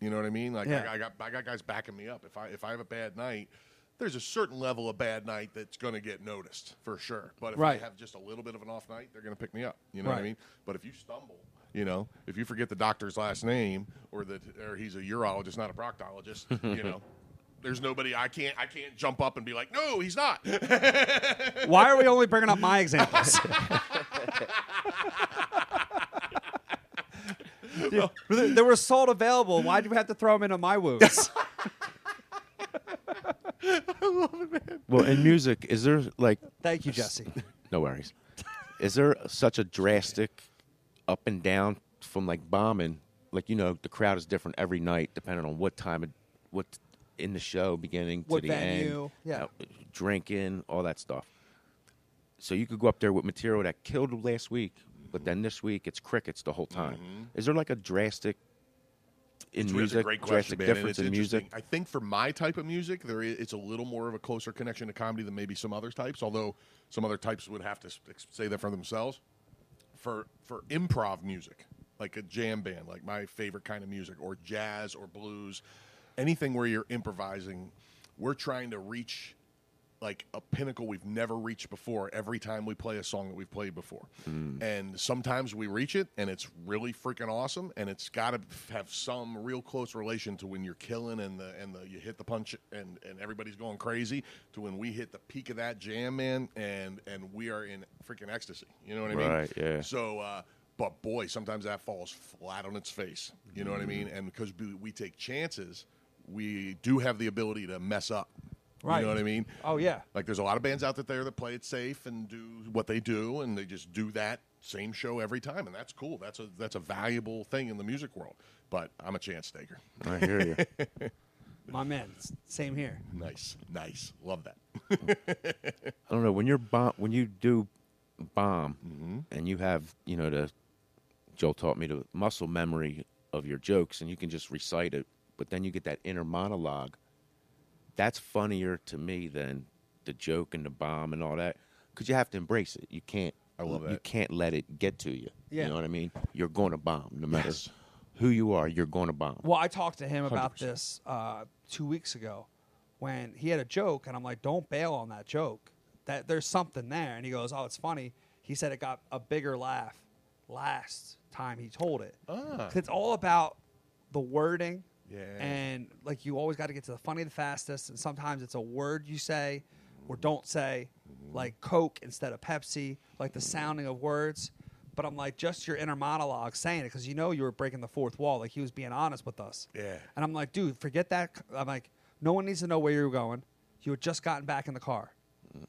[SPEAKER 3] You know what I mean? Like
[SPEAKER 4] Yeah.
[SPEAKER 3] I, I got I got guys backing me up. If I if I have a bad night, there's a certain level of bad night that's going to get noticed for sure. But if
[SPEAKER 4] Right.
[SPEAKER 3] I have just a little bit of an off night, they're going to pick me up. You know what I
[SPEAKER 4] Right.
[SPEAKER 3] mean? But if you stumble. You know, if you forget the doctor's last name, or that, or he's a urologist, not a proctologist. you know, there's nobody. I can't. I can't jump up and be like, "No, he's not."
[SPEAKER 4] Why are we only bringing up my examples? Yeah, there there was salt available. Why did we have to throw them into my wounds?
[SPEAKER 5] Well, in music, is there like
[SPEAKER 4] Thank you, Jesse.
[SPEAKER 5] no worries? Is there such a drastic up and down from like bombing? Like you know, the crowd is different every night depending on what time, it, what in the show, beginning
[SPEAKER 4] What
[SPEAKER 5] to the
[SPEAKER 4] venue,
[SPEAKER 5] end,
[SPEAKER 4] yeah.
[SPEAKER 5] uh, drinking, all that stuff. So you could go up there with material that killed last week, but then this week it's crickets the whole time. Is there like a drastic in
[SPEAKER 3] Mm-hmm. It's really- that's a
[SPEAKER 5] music,
[SPEAKER 3] great question,
[SPEAKER 5] drastic
[SPEAKER 3] man. and
[SPEAKER 5] difference
[SPEAKER 3] it's
[SPEAKER 5] in music?
[SPEAKER 3] interesting. I think for my type of music, there is, it's a little more of a closer connection to comedy than maybe some other types. Although some other types would have to s- ex- say that for themselves. For for improv music, like a jam band, like my favorite kind of music, or jazz or blues, anything where you're improvising, we're trying to reach like a pinnacle we've never reached before every time we play a song that we've played before.
[SPEAKER 5] Hmm.
[SPEAKER 3] And sometimes we reach it and it's really freaking awesome and it's got to have some real close relation to when you're killing and the and the you hit the punch and and everybody's going crazy to when we hit the peak of that jam man and and we are in freaking ecstasy. You know what I mean?
[SPEAKER 5] Right, yeah.
[SPEAKER 3] So uh but boy, sometimes that falls flat on its face. You know what I mean?
[SPEAKER 5] Hmm.
[SPEAKER 3] And because we, we take chances, we do have the ability to mess up.
[SPEAKER 4] Right.
[SPEAKER 3] You know what I mean?
[SPEAKER 4] Oh, yeah.
[SPEAKER 3] Like there's a lot of bands out there that play it safe and do what they do, and they just do that same show every time, and that's cool. That's a that's a valuable thing in the music world. But I'm a chance taker.
[SPEAKER 5] I hear you.
[SPEAKER 4] My man, s- same here.
[SPEAKER 3] Nice, nice, love that.
[SPEAKER 5] I don't know when you're bomb when you do bomb and you have you know the Joel taught me the muscle memory of your jokes and you can just recite it, but then you get that inner monologue. That's funnier to me than the joke and the bomb and all that because you have to embrace it. You can't. I
[SPEAKER 3] love
[SPEAKER 5] You
[SPEAKER 3] that.
[SPEAKER 5] can't let it get to you.
[SPEAKER 4] Yeah.
[SPEAKER 5] You know what I mean? You're going to bomb no matter
[SPEAKER 3] Yes.
[SPEAKER 5] who you are. You're going to bomb.
[SPEAKER 4] Well, I talked to him about this uh, two weeks ago when he had a joke, and I'm like, "Don't bail on that joke. That there's something there." And he goes, "Oh, it's funny." He said it got a bigger laugh last time he told it. 'Cause It's all about the wording,
[SPEAKER 3] Yeah.
[SPEAKER 4] and like you always got to get to the funny the fastest. And sometimes it's a word you say or don't say, like Coke instead of Pepsi, like the sounding of words. But I'm like, just your inner monologue saying it because you know you were breaking the fourth wall. Like he was being honest with us.
[SPEAKER 3] Yeah.
[SPEAKER 4] And I'm like, dude, forget that. I'm like, no one needs to know where you're going. You had just gotten back in the car.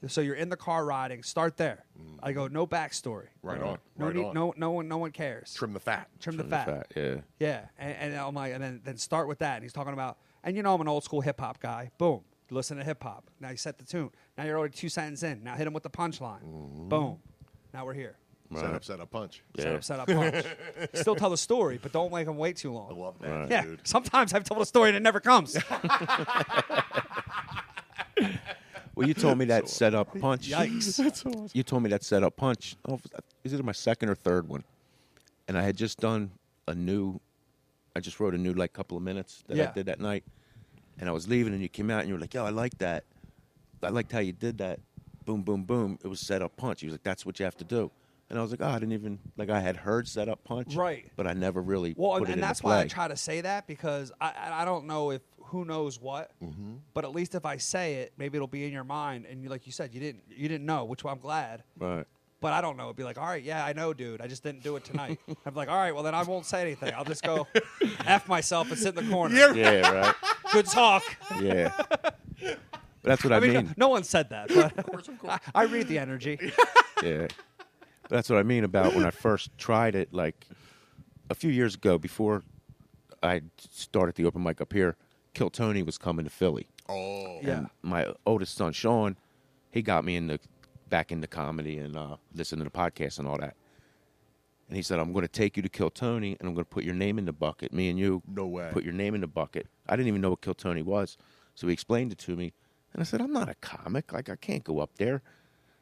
[SPEAKER 3] Mm.
[SPEAKER 4] So you're in the car riding. Start there. I go, no backstory.
[SPEAKER 3] Right on,
[SPEAKER 4] No
[SPEAKER 3] right
[SPEAKER 4] need,
[SPEAKER 3] on.
[SPEAKER 4] no no one no one cares.
[SPEAKER 3] Trim the fat.
[SPEAKER 4] Trim, the
[SPEAKER 5] In
[SPEAKER 4] fat.
[SPEAKER 5] fact, yeah.
[SPEAKER 4] Yeah, and, and I'm like, and then, then start with that. And he's talking about, and you know, I'm an old school hip hop guy. Boom, listen to hip hop. Now you set the tune. Now you're already two sentences in. Now hit him with the punchline.
[SPEAKER 3] Mm-hmm.
[SPEAKER 4] Boom. Now we're here.
[SPEAKER 3] Set up, set up, punch.
[SPEAKER 5] Yeah.
[SPEAKER 4] Set up, set up, punch. Still tell the story, but don't make him wait too long.
[SPEAKER 3] I love that,
[SPEAKER 4] yeah,
[SPEAKER 3] dude.
[SPEAKER 4] sometimes I've told a story and it never comes.
[SPEAKER 5] Well, you told me that set up punch.
[SPEAKER 4] Yikes.
[SPEAKER 5] you told me that set up punch. Oh, is it my second or third one? And I had just done a new. I just wrote a new like couple of minutes that
[SPEAKER 4] Yeah.
[SPEAKER 5] I did that night, and I was leaving, and you came out, and you were like, "Yo, I like that. I liked how you did that. Boom, boom, boom. It was set up punch." He was like, "That's what you have to do." And I was like, "Oh, I didn't even like I had heard set up punch,
[SPEAKER 4] Right.
[SPEAKER 5] But I never really
[SPEAKER 4] Well,
[SPEAKER 5] put
[SPEAKER 4] and,
[SPEAKER 5] it
[SPEAKER 4] and
[SPEAKER 5] into
[SPEAKER 4] that's why I
[SPEAKER 5] play.
[SPEAKER 4] try to say that because I I, I don't know if who knows what, but at least if I say it, maybe it'll be in your mind. And you, like you said, you didn't you didn't know, which I'm glad.
[SPEAKER 5] Right.
[SPEAKER 4] But I don't know. It'd be like, all right, yeah, I know, dude. I just didn't do it tonight. I'm like, all right, well then I won't say anything. I'll just go f myself and sit in the corner.
[SPEAKER 5] Yeah. Right.
[SPEAKER 4] Good talk.
[SPEAKER 5] yeah. But that's what I,
[SPEAKER 4] I mean,
[SPEAKER 5] mean.
[SPEAKER 4] no- no, one said that. But I, I read the energy.
[SPEAKER 5] yeah. That's what I mean about when I first tried it, like a few years ago before I started the open mic up here, Kill Tony was coming to Philly.
[SPEAKER 3] Oh,
[SPEAKER 4] Yeah.
[SPEAKER 5] My oldest son Sean, he got me into back into comedy and uh listening to the podcast and all that. And he said, I'm gonna take you to Kill Tony and I'm gonna put your name in the bucket. Me and you
[SPEAKER 3] No way.
[SPEAKER 5] put your name in the bucket. I didn't even know what Kill Tony was. So he explained it to me and I said, I'm not a comic, like I can't go up there.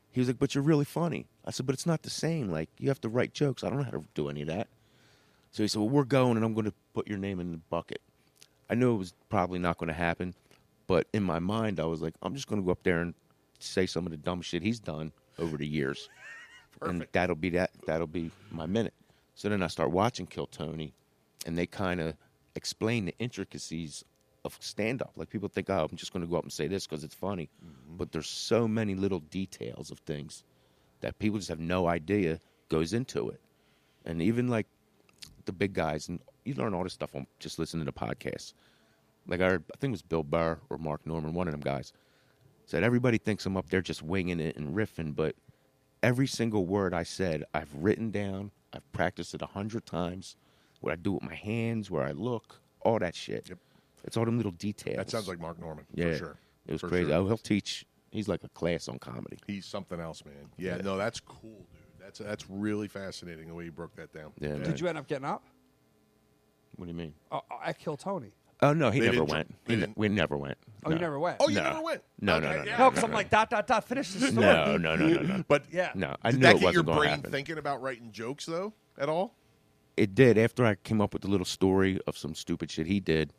[SPEAKER 5] He was like, But you're really funny. I said, But it's not the same. Like you have to write jokes. I don't know how to do any of that. So he said, Well, we're going and I'm going to put your name in the bucket. I knew it was probably not going to happen, but in my mind, I was like, I'm just going to go up there and say some of the dumb shit he's done over the years. and that'll be that. That'll be my minute. So then I start watching Kill Tony, and they kind of explain the intricacies of stand up. Like people think, oh, I'm just going to go up and say this because it's funny. But there's so many little details of things that people just have no idea goes into it. And even like the big guys, and you learn all this stuff on just listening to podcasts. Like I, heard, I think it was Bill Burr or Mark Norman, one of them guys, said everybody thinks I'm up there just winging it and riffing, but every single word I said, I've written down, I've practiced it a hundred times. What I do with my hands, where I look, all that shit.
[SPEAKER 3] Yep.
[SPEAKER 5] It's all them little details.
[SPEAKER 3] that sounds like Mark Norman
[SPEAKER 5] yeah,
[SPEAKER 3] for sure.
[SPEAKER 5] it was
[SPEAKER 3] For
[SPEAKER 5] crazy.
[SPEAKER 3] sure.
[SPEAKER 5] Oh, he'll teach. He's like a class on comedy.
[SPEAKER 3] He's something else, man. Yeah, no, that's cool, dude. That's that's really fascinating the way you broke that down.
[SPEAKER 5] Yeah, man.
[SPEAKER 4] Did you end up getting up?
[SPEAKER 5] What do you mean?
[SPEAKER 4] Oh, I killed Tony.
[SPEAKER 5] Oh no, he
[SPEAKER 3] They
[SPEAKER 5] never
[SPEAKER 3] didn't-
[SPEAKER 5] went.
[SPEAKER 3] they
[SPEAKER 5] He ne-
[SPEAKER 3] didn't-
[SPEAKER 5] we never went.
[SPEAKER 4] Oh, you
[SPEAKER 5] No.
[SPEAKER 4] never went.
[SPEAKER 3] Oh, you
[SPEAKER 5] No.
[SPEAKER 3] never went?
[SPEAKER 5] No,
[SPEAKER 3] Okay,
[SPEAKER 5] no, no,
[SPEAKER 3] yeah,
[SPEAKER 4] no,
[SPEAKER 5] no,
[SPEAKER 4] because I'm like dot dot dot. Finish the story.
[SPEAKER 5] No, no, no, no, no.
[SPEAKER 3] But
[SPEAKER 4] Yeah.
[SPEAKER 5] No, I
[SPEAKER 3] did
[SPEAKER 5] knew
[SPEAKER 3] that
[SPEAKER 5] it
[SPEAKER 3] get
[SPEAKER 5] wasn't
[SPEAKER 3] your
[SPEAKER 5] gonna
[SPEAKER 3] brain
[SPEAKER 5] happen.
[SPEAKER 3] thinking about writing jokes though at all?
[SPEAKER 5] It did after I came up with the little story of some stupid shit he did.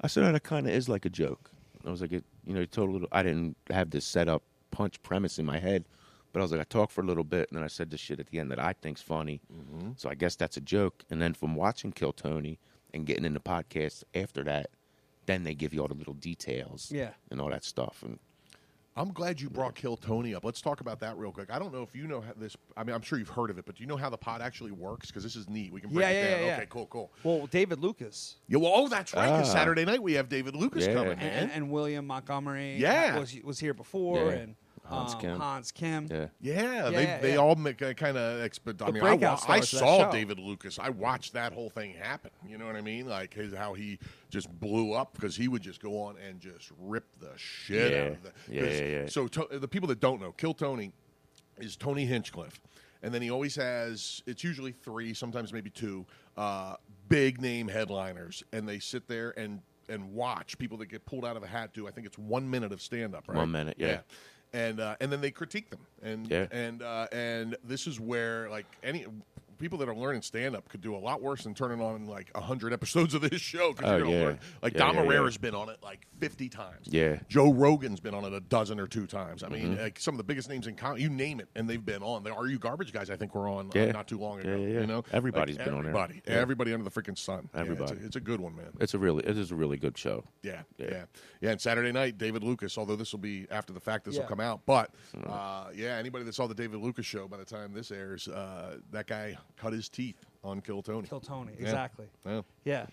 [SPEAKER 5] I said, "Oh, that kind of is like a joke. I was like, it, you know, total little, I didn't have this set up punch premise in my head, but I was like, I talked for a little bit, and then I said this shit at the end that I think's funny.
[SPEAKER 3] Mm-hmm.
[SPEAKER 5] So I guess that's a joke. And then from watching Kill Tony and getting in the podcast after that, then they give you all the little details,
[SPEAKER 4] Yeah.
[SPEAKER 5] and all that stuff. And
[SPEAKER 3] I'm glad you brought Kill Tony up. Let's talk about that real quick. I don't know if you know how this. I mean, I'm sure you've heard of it, but do you know how the pod actually works? Because this is neat. We can break
[SPEAKER 4] Yeah,
[SPEAKER 3] it
[SPEAKER 4] yeah,
[SPEAKER 3] down.
[SPEAKER 4] yeah, yeah.
[SPEAKER 3] Okay, cool, cool.
[SPEAKER 4] Well, David Lucas
[SPEAKER 3] Yeah, well, oh, that's right. 'cause
[SPEAKER 5] Ah.
[SPEAKER 3] Saturday night we have David Lucas
[SPEAKER 5] Yeah.
[SPEAKER 3] coming,
[SPEAKER 5] And-
[SPEAKER 4] and,
[SPEAKER 3] man.
[SPEAKER 4] and, William Montgomery
[SPEAKER 3] Yeah.
[SPEAKER 4] was was here before
[SPEAKER 5] Yeah.
[SPEAKER 4] and
[SPEAKER 5] Hans
[SPEAKER 4] um,
[SPEAKER 5] Kim.
[SPEAKER 4] Hans Kim.
[SPEAKER 5] yeah,
[SPEAKER 3] yeah, they,
[SPEAKER 4] Yeah,
[SPEAKER 3] they
[SPEAKER 4] yeah.
[SPEAKER 3] all make a kind of exped. I
[SPEAKER 4] The
[SPEAKER 3] mean, I, wa-
[SPEAKER 4] breakout stars
[SPEAKER 3] I
[SPEAKER 4] of that
[SPEAKER 3] saw
[SPEAKER 4] show.
[SPEAKER 3] David Lucas. I watched that whole thing happen. You know what I mean? Like his how he just blew up because he would just go on and just rip the shit out
[SPEAKER 5] Yeah.
[SPEAKER 3] of the. 'cause-
[SPEAKER 5] Yeah, yeah, yeah.
[SPEAKER 3] So to, the people that don't know, Kill Tony is Tony Hinchcliffe, and then he always has. It's usually three, sometimes maybe two, uh, big name headliners, and they sit there and and watch people that get pulled out of a hat do. I think it's one minute of stand up. Right?
[SPEAKER 5] One minute, yeah.
[SPEAKER 3] And, uh, and then they critique them, and
[SPEAKER 5] Yeah.
[SPEAKER 3] and uh, and this is where like any people that are learning stand up could do a lot worse than turning on like hundred episodes of this show because
[SPEAKER 5] Oh,
[SPEAKER 3] you're gonna
[SPEAKER 5] yeah.
[SPEAKER 3] learn. Like
[SPEAKER 5] Yeah,
[SPEAKER 3] Dom
[SPEAKER 5] yeah, yeah.
[SPEAKER 3] Herrera's been on it like fifty times.
[SPEAKER 5] Yeah. Mm-hmm.
[SPEAKER 3] Joe Rogan's been on it a dozen or two times. I mean, like some of the biggest names in comedy, you name it, and they've been on. The Are You Garbage guys? I think were on uh,
[SPEAKER 5] Yeah.
[SPEAKER 3] not too long
[SPEAKER 5] Yeah,
[SPEAKER 3] ago.
[SPEAKER 5] yeah, yeah.
[SPEAKER 3] You know, everybody's
[SPEAKER 5] Everybody's been on there.
[SPEAKER 3] everybody,
[SPEAKER 5] Yeah.
[SPEAKER 3] everybody under the freaking sun. Yeah, it's a- it's,
[SPEAKER 5] Everybody.
[SPEAKER 3] a, good one, man.
[SPEAKER 5] it's a really, it is a really good show.
[SPEAKER 3] Yeah, yeah,
[SPEAKER 5] Yeah.
[SPEAKER 3] yeah, And Saturday night, David Lucas. Although this will be after the fact, this will
[SPEAKER 4] Yeah. Mm-hmm.
[SPEAKER 3] come out. But uh, yeah, anybody that saw the David Lucas show by the time this airs, uh, that guy cut his teeth on Kill Tony.
[SPEAKER 4] Kill Tony,
[SPEAKER 3] Yeah.
[SPEAKER 4] exactly.
[SPEAKER 3] Yeah.
[SPEAKER 4] Yeah.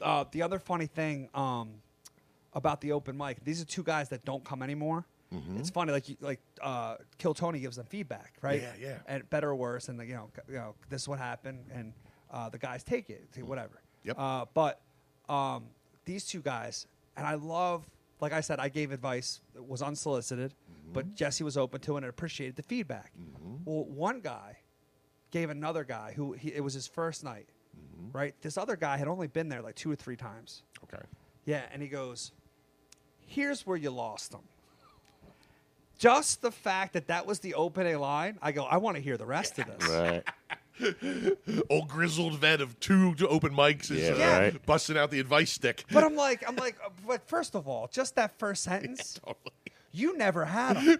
[SPEAKER 4] Uh, the other funny thing um, about the open mic, these are two guys that don't come anymore.
[SPEAKER 3] Mm-hmm.
[SPEAKER 4] It's funny, like you, like uh, Kill Tony gives them feedback, right?
[SPEAKER 3] Yeah, yeah.
[SPEAKER 4] And better or worse, and like, you know, c- you know, this is what happened, and uh, the guys take it, say whatever.
[SPEAKER 3] Mm. Yep.
[SPEAKER 4] Uh, but um, these two guys, and I love, like I said, I gave advice that was unsolicited,
[SPEAKER 3] Mm-hmm.
[SPEAKER 4] but Jesse was open to it and appreciated the feedback. Well, one guy gave another guy who he, it was his first night, right? This other guy had only been there like two or three times.
[SPEAKER 3] Mm-hmm. Okay.
[SPEAKER 4] Yeah, and he goes, "Here's where you lost them." Just the fact that that was the opening line, I go, "I want to hear the rest of this."
[SPEAKER 5] Right.
[SPEAKER 3] old grizzled vet of two open mics is
[SPEAKER 5] Yeah,
[SPEAKER 3] uh,
[SPEAKER 4] Yeah.
[SPEAKER 5] right.
[SPEAKER 3] busting out the advice stick.
[SPEAKER 4] But I'm like, I'm like, uh, but first of all, just that first sentence, you never had them.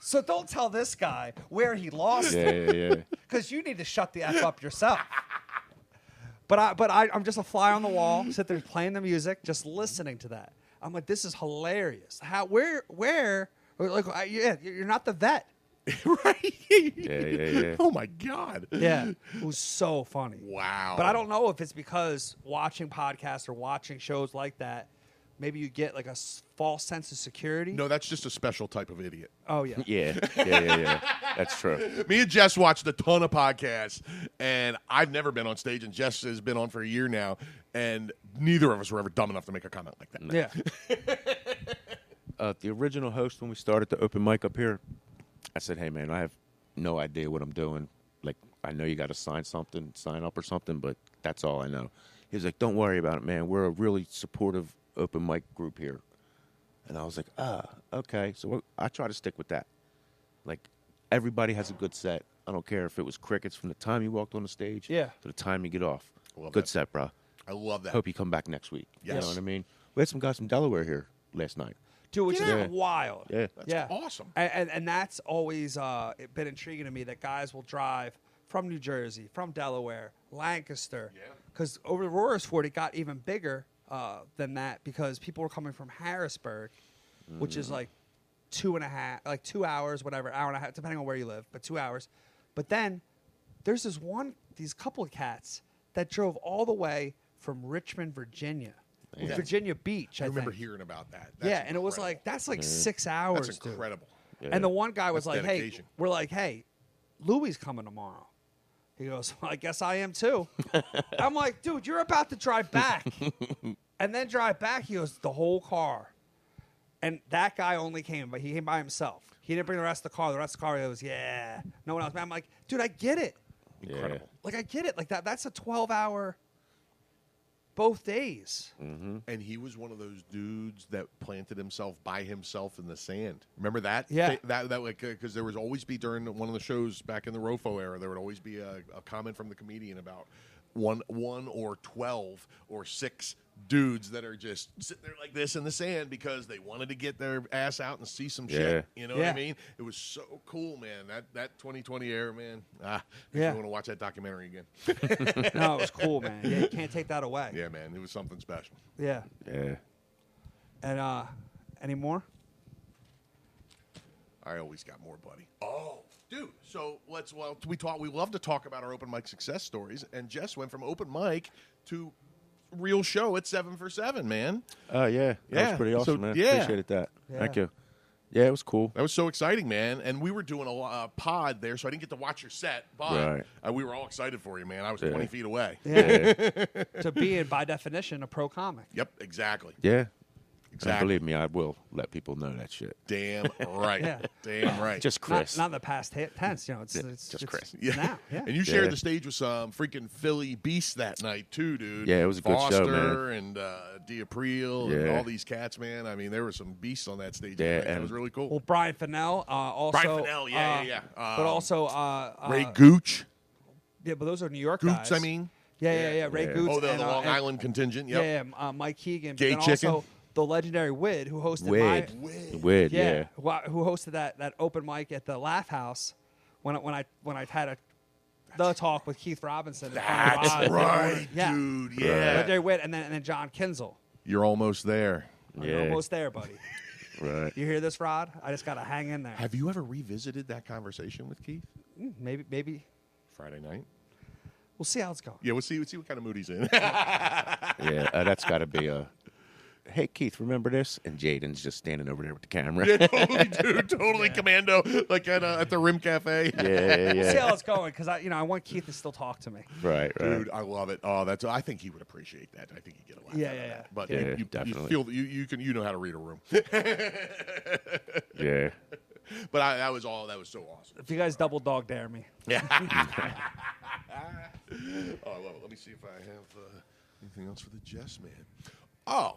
[SPEAKER 4] So don't tell this guy where he lost
[SPEAKER 5] Yeah, yeah, yeah.
[SPEAKER 4] because you need to shut the f up yourself. But I, but I, I'm just a fly on the wall, sit there playing the music, just listening to that. I'm like, this is hilarious. How, where, where, like, I, yeah, you're not the vet.
[SPEAKER 3] right?
[SPEAKER 5] Yeah, yeah, yeah.
[SPEAKER 3] Oh my god.
[SPEAKER 4] Yeah, it was so funny.
[SPEAKER 3] Wow.
[SPEAKER 4] But I don't know if it's because watching podcasts or watching shows like that, maybe you get like a s- false sense of security.
[SPEAKER 3] No, that's just a special type of idiot.
[SPEAKER 4] Oh yeah.
[SPEAKER 5] Yeah, yeah, yeah, yeah. That's true.
[SPEAKER 3] Me and Jess watched a ton of podcasts, and I've never been on stage, and Jess has been on for a year now, and neither of us were ever dumb enough to make a comment like that.
[SPEAKER 4] Yeah.
[SPEAKER 5] Uh, the original host when we started the open mic up here, I said, "Hey, man, I have no idea what I'm doing. Like, I know you got to sign something, sign up or something, but that's all I know." He's like, "Don't worry about it, man. We're a really supportive open mic group here." And I was like, "Ah, okay." So what- I try to stick with that. Like, everybody has a good set. I don't care if it was crickets from the time you walked on the stage
[SPEAKER 4] Yeah.
[SPEAKER 5] to the time you get off.
[SPEAKER 3] Love
[SPEAKER 5] Good
[SPEAKER 3] that.
[SPEAKER 5] set, bro.
[SPEAKER 3] I love that.
[SPEAKER 5] Hope you come back next week. You
[SPEAKER 3] Yes.
[SPEAKER 5] know what I mean? We had some guys from Delaware here last night.
[SPEAKER 4] Dude, which
[SPEAKER 5] Yeah.
[SPEAKER 4] is wild.
[SPEAKER 5] Yeah.
[SPEAKER 3] That's awesome.
[SPEAKER 4] And, and and that's always uh, it been intriguing to me that guys will drive from New Jersey, from Delaware, Lancaster,
[SPEAKER 3] Yeah.
[SPEAKER 4] because over the Roarsford it got even bigger uh, than that because people were coming from Harrisburg, which
[SPEAKER 5] Mm.
[SPEAKER 4] is like two and a half, like two hours, whatever, hour and a half, depending on where you live, but two hours. But then there's this one, these couple of cats that drove all the way from Richmond, Virginia, Virginia Beach. I,
[SPEAKER 3] I remember
[SPEAKER 4] think.
[SPEAKER 3] hearing about that. That's
[SPEAKER 4] yeah, and it was
[SPEAKER 3] incredible.
[SPEAKER 4] like that's like six hours.
[SPEAKER 3] that's
[SPEAKER 4] dude.
[SPEAKER 3] incredible.
[SPEAKER 4] And the one guy was
[SPEAKER 3] That's
[SPEAKER 4] like,
[SPEAKER 3] dedication.
[SPEAKER 4] "Hey, we're like, hey, Louis coming tomorrow." He goes, "Well, "I guess I am too." I'm like, "Dude, you're about to drive back, and then drive back." He goes, "The whole car," and that guy only came, but he came by himself. He didn't bring the rest of the car. The rest of the car, he goes, "Yeah, no one else." I'm like, "Dude, I get it.
[SPEAKER 5] Incredible.
[SPEAKER 4] Like, I get it. Like that. That's a 12 hour, both days."
[SPEAKER 5] Hmm?
[SPEAKER 3] And he was one of those dudes that planted himself by himself in the sand. Remember that?
[SPEAKER 4] Yeah.
[SPEAKER 3] Th- That that like because there was always be during one of the shows back in the Rofo era, there would always be a, a comment from the comedian about one one or twelve or six dudes that are just sitting there like this in the sand because they wanted to get their ass out and see some shit.
[SPEAKER 5] Yeah.
[SPEAKER 3] You know what
[SPEAKER 4] Yeah.
[SPEAKER 3] I mean? It was so cool, man. That that 2020 era, man. Ah,
[SPEAKER 4] Yeah.
[SPEAKER 3] I want to watch that documentary again.
[SPEAKER 4] no, it was cool, man. Yeah, you can't take that away.
[SPEAKER 3] yeah, man. It was something special.
[SPEAKER 4] Yeah.
[SPEAKER 5] Yeah.
[SPEAKER 4] And uh, any more?
[SPEAKER 3] I always got more, buddy. Oh, dude. So let's. Well, we talk. We love to talk about our open mic success stories, and Jess went from open mic to real show at seven for seven, man.
[SPEAKER 5] Oh yeah. That
[SPEAKER 3] Yeah.
[SPEAKER 5] was pretty
[SPEAKER 3] So,
[SPEAKER 5] awesome, man.
[SPEAKER 3] yeah.
[SPEAKER 5] Appreciated that. Thank
[SPEAKER 4] Yeah.
[SPEAKER 5] you. Yeah, it was cool.
[SPEAKER 3] That was so exciting, man. And we were doing a lo- uh, pod there, so I didn't get to watch your set, but
[SPEAKER 5] Right.
[SPEAKER 3] uh, we were all excited for you, man. I was twenty feet away.
[SPEAKER 5] Yeah.
[SPEAKER 4] to be, in, by definition, a pro comic.
[SPEAKER 3] Yep, exactly.
[SPEAKER 5] yeah.
[SPEAKER 3] Exactly.
[SPEAKER 5] And believe me, I will let people know that shit.
[SPEAKER 3] Damn right.
[SPEAKER 4] Yeah.
[SPEAKER 3] Damn right.
[SPEAKER 5] Just
[SPEAKER 4] Not-
[SPEAKER 5] Chris.
[SPEAKER 4] Not, in the past t- tense. You know, it's, it's
[SPEAKER 5] just
[SPEAKER 4] it's
[SPEAKER 5] Chris.
[SPEAKER 3] Yeah.
[SPEAKER 4] Now, yeah.
[SPEAKER 3] And you shared
[SPEAKER 5] Yeah.
[SPEAKER 3] the stage with some freaking Philly beasts that night too, dude.
[SPEAKER 5] Yeah, it was a good
[SPEAKER 3] Foster
[SPEAKER 5] show, man.
[SPEAKER 3] and uh D'April and
[SPEAKER 5] Yeah.
[SPEAKER 3] all these cats, man. I mean, there were some beasts on that stage. that
[SPEAKER 5] Yeah,
[SPEAKER 3] night. that
[SPEAKER 5] and-
[SPEAKER 3] was really
[SPEAKER 4] Well,
[SPEAKER 3] cool.
[SPEAKER 4] Brian Fennell, uh, also
[SPEAKER 3] Brian Fennell, yeah,
[SPEAKER 4] uh,
[SPEAKER 3] yeah, yeah.
[SPEAKER 4] but
[SPEAKER 3] Um,
[SPEAKER 4] also uh, uh,
[SPEAKER 3] Ray Gooch.
[SPEAKER 4] Yeah, but those are New York
[SPEAKER 3] Goots,
[SPEAKER 4] guys.
[SPEAKER 3] I mean.
[SPEAKER 4] Yeah, yeah, yeah. Ray
[SPEAKER 5] Yeah.
[SPEAKER 4] Goots.
[SPEAKER 3] Oh, the,
[SPEAKER 4] and,
[SPEAKER 3] the
[SPEAKER 4] uh,
[SPEAKER 3] Long
[SPEAKER 4] and-
[SPEAKER 3] Island contingent. Yep.
[SPEAKER 4] Yeah, yeah, uh, Mike Keegan.
[SPEAKER 3] Gay
[SPEAKER 4] but then
[SPEAKER 3] Chicken.
[SPEAKER 4] also the legendary Wid who hosted my
[SPEAKER 5] Wid. Wid,
[SPEAKER 4] yeah,
[SPEAKER 5] yeah.
[SPEAKER 4] who I- who hosted that that open mic at the Laugh House when I, when I when I had a the talk with Keith Robinson. in front of Oz.
[SPEAKER 3] That's right,
[SPEAKER 4] Yeah.
[SPEAKER 3] dude. Yeah.
[SPEAKER 4] Legendary Wid, and then and then John Kinzel.
[SPEAKER 3] You're almost there.
[SPEAKER 4] I'm
[SPEAKER 5] Yeah.
[SPEAKER 4] almost there, buddy.
[SPEAKER 5] Right.
[SPEAKER 4] You hear this, Rod? I just gotta hang in there.
[SPEAKER 3] Have you ever revisited that conversation with Keith
[SPEAKER 4] Mm, Maybe maybe
[SPEAKER 3] Friday night?
[SPEAKER 4] we'll see how it's going.
[SPEAKER 3] Yeah, we'll see. We'll see what kind of mood he's in.
[SPEAKER 5] yeah, uh, that's got to be a. Hey Keith, remember this? And Jaden's just standing over there with the camera. Yeah,
[SPEAKER 3] totally, dude. Totally commando, like at, uh, at the Rim Cafe.
[SPEAKER 4] We'll
[SPEAKER 5] yeah,
[SPEAKER 4] see
[SPEAKER 5] yeah.
[SPEAKER 4] how it's going because I you know I want Keith to still talk to me.
[SPEAKER 5] Right, right.
[SPEAKER 3] Dude, I love it. Oh, that's. I think he would appreciate that. I think he'd get a laugh.
[SPEAKER 4] Yeah,
[SPEAKER 3] out of
[SPEAKER 4] yeah,
[SPEAKER 3] that.
[SPEAKER 4] yeah.
[SPEAKER 3] But
[SPEAKER 5] Yeah,
[SPEAKER 3] you, you- you
[SPEAKER 5] definitely.
[SPEAKER 3] feel that you, you can you know how to read a room.
[SPEAKER 5] Yeah.
[SPEAKER 3] but I, that was all. That was so awesome.
[SPEAKER 4] If you guys double dog dare me,
[SPEAKER 3] Oh, I love it. Let me see if I have uh, anything else for the Jess man. Oh.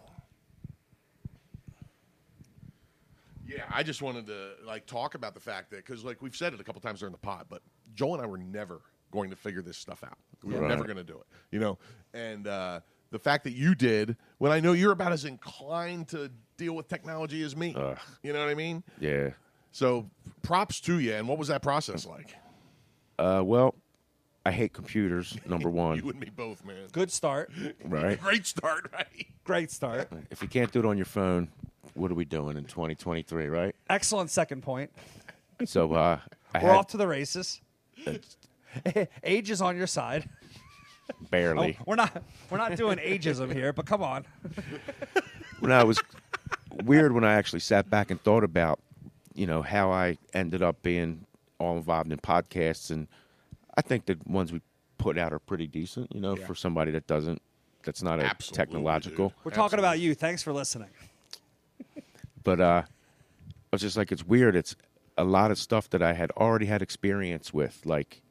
[SPEAKER 3] Yeah, I just wanted to like talk about the fact that because like we've said it a couple times during the pod, but Joel and I were never going to figure this stuff out. We were
[SPEAKER 5] Right.
[SPEAKER 3] never going to do it, you know. And uh, the fact that you did, when I know you're about as inclined to deal with technology as me,
[SPEAKER 5] Ugh.
[SPEAKER 3] you know what I mean.
[SPEAKER 5] Yeah.
[SPEAKER 3] So props to you. And what was that process like?
[SPEAKER 5] Uh, well, I hate computers. Number
[SPEAKER 3] You
[SPEAKER 5] one,
[SPEAKER 3] and me both, man.
[SPEAKER 4] good start,
[SPEAKER 5] right?
[SPEAKER 3] Great start, right?
[SPEAKER 4] great start,
[SPEAKER 5] If you can't do it on your phone, what are we doing in 2023, right?
[SPEAKER 4] excellent second point.
[SPEAKER 5] So uh, I
[SPEAKER 4] We're
[SPEAKER 5] had
[SPEAKER 4] off to the races. Age is on your side. Oh,
[SPEAKER 5] barely.
[SPEAKER 4] we're not we're not doing ageism here, but come on.
[SPEAKER 5] When I Oh, was weird, when I actually sat back and thought about, you know, how I ended up being all involved in podcasts, and I think the ones we put out are pretty decent, you know, for somebody that doesn't, that's not a
[SPEAKER 3] Absolutely,
[SPEAKER 5] technological.
[SPEAKER 3] dude.
[SPEAKER 4] We're talking about you. Thanks for listening.
[SPEAKER 5] but uh, I was just like, it's weird. It's a lot of stuff that I had already had experience with, like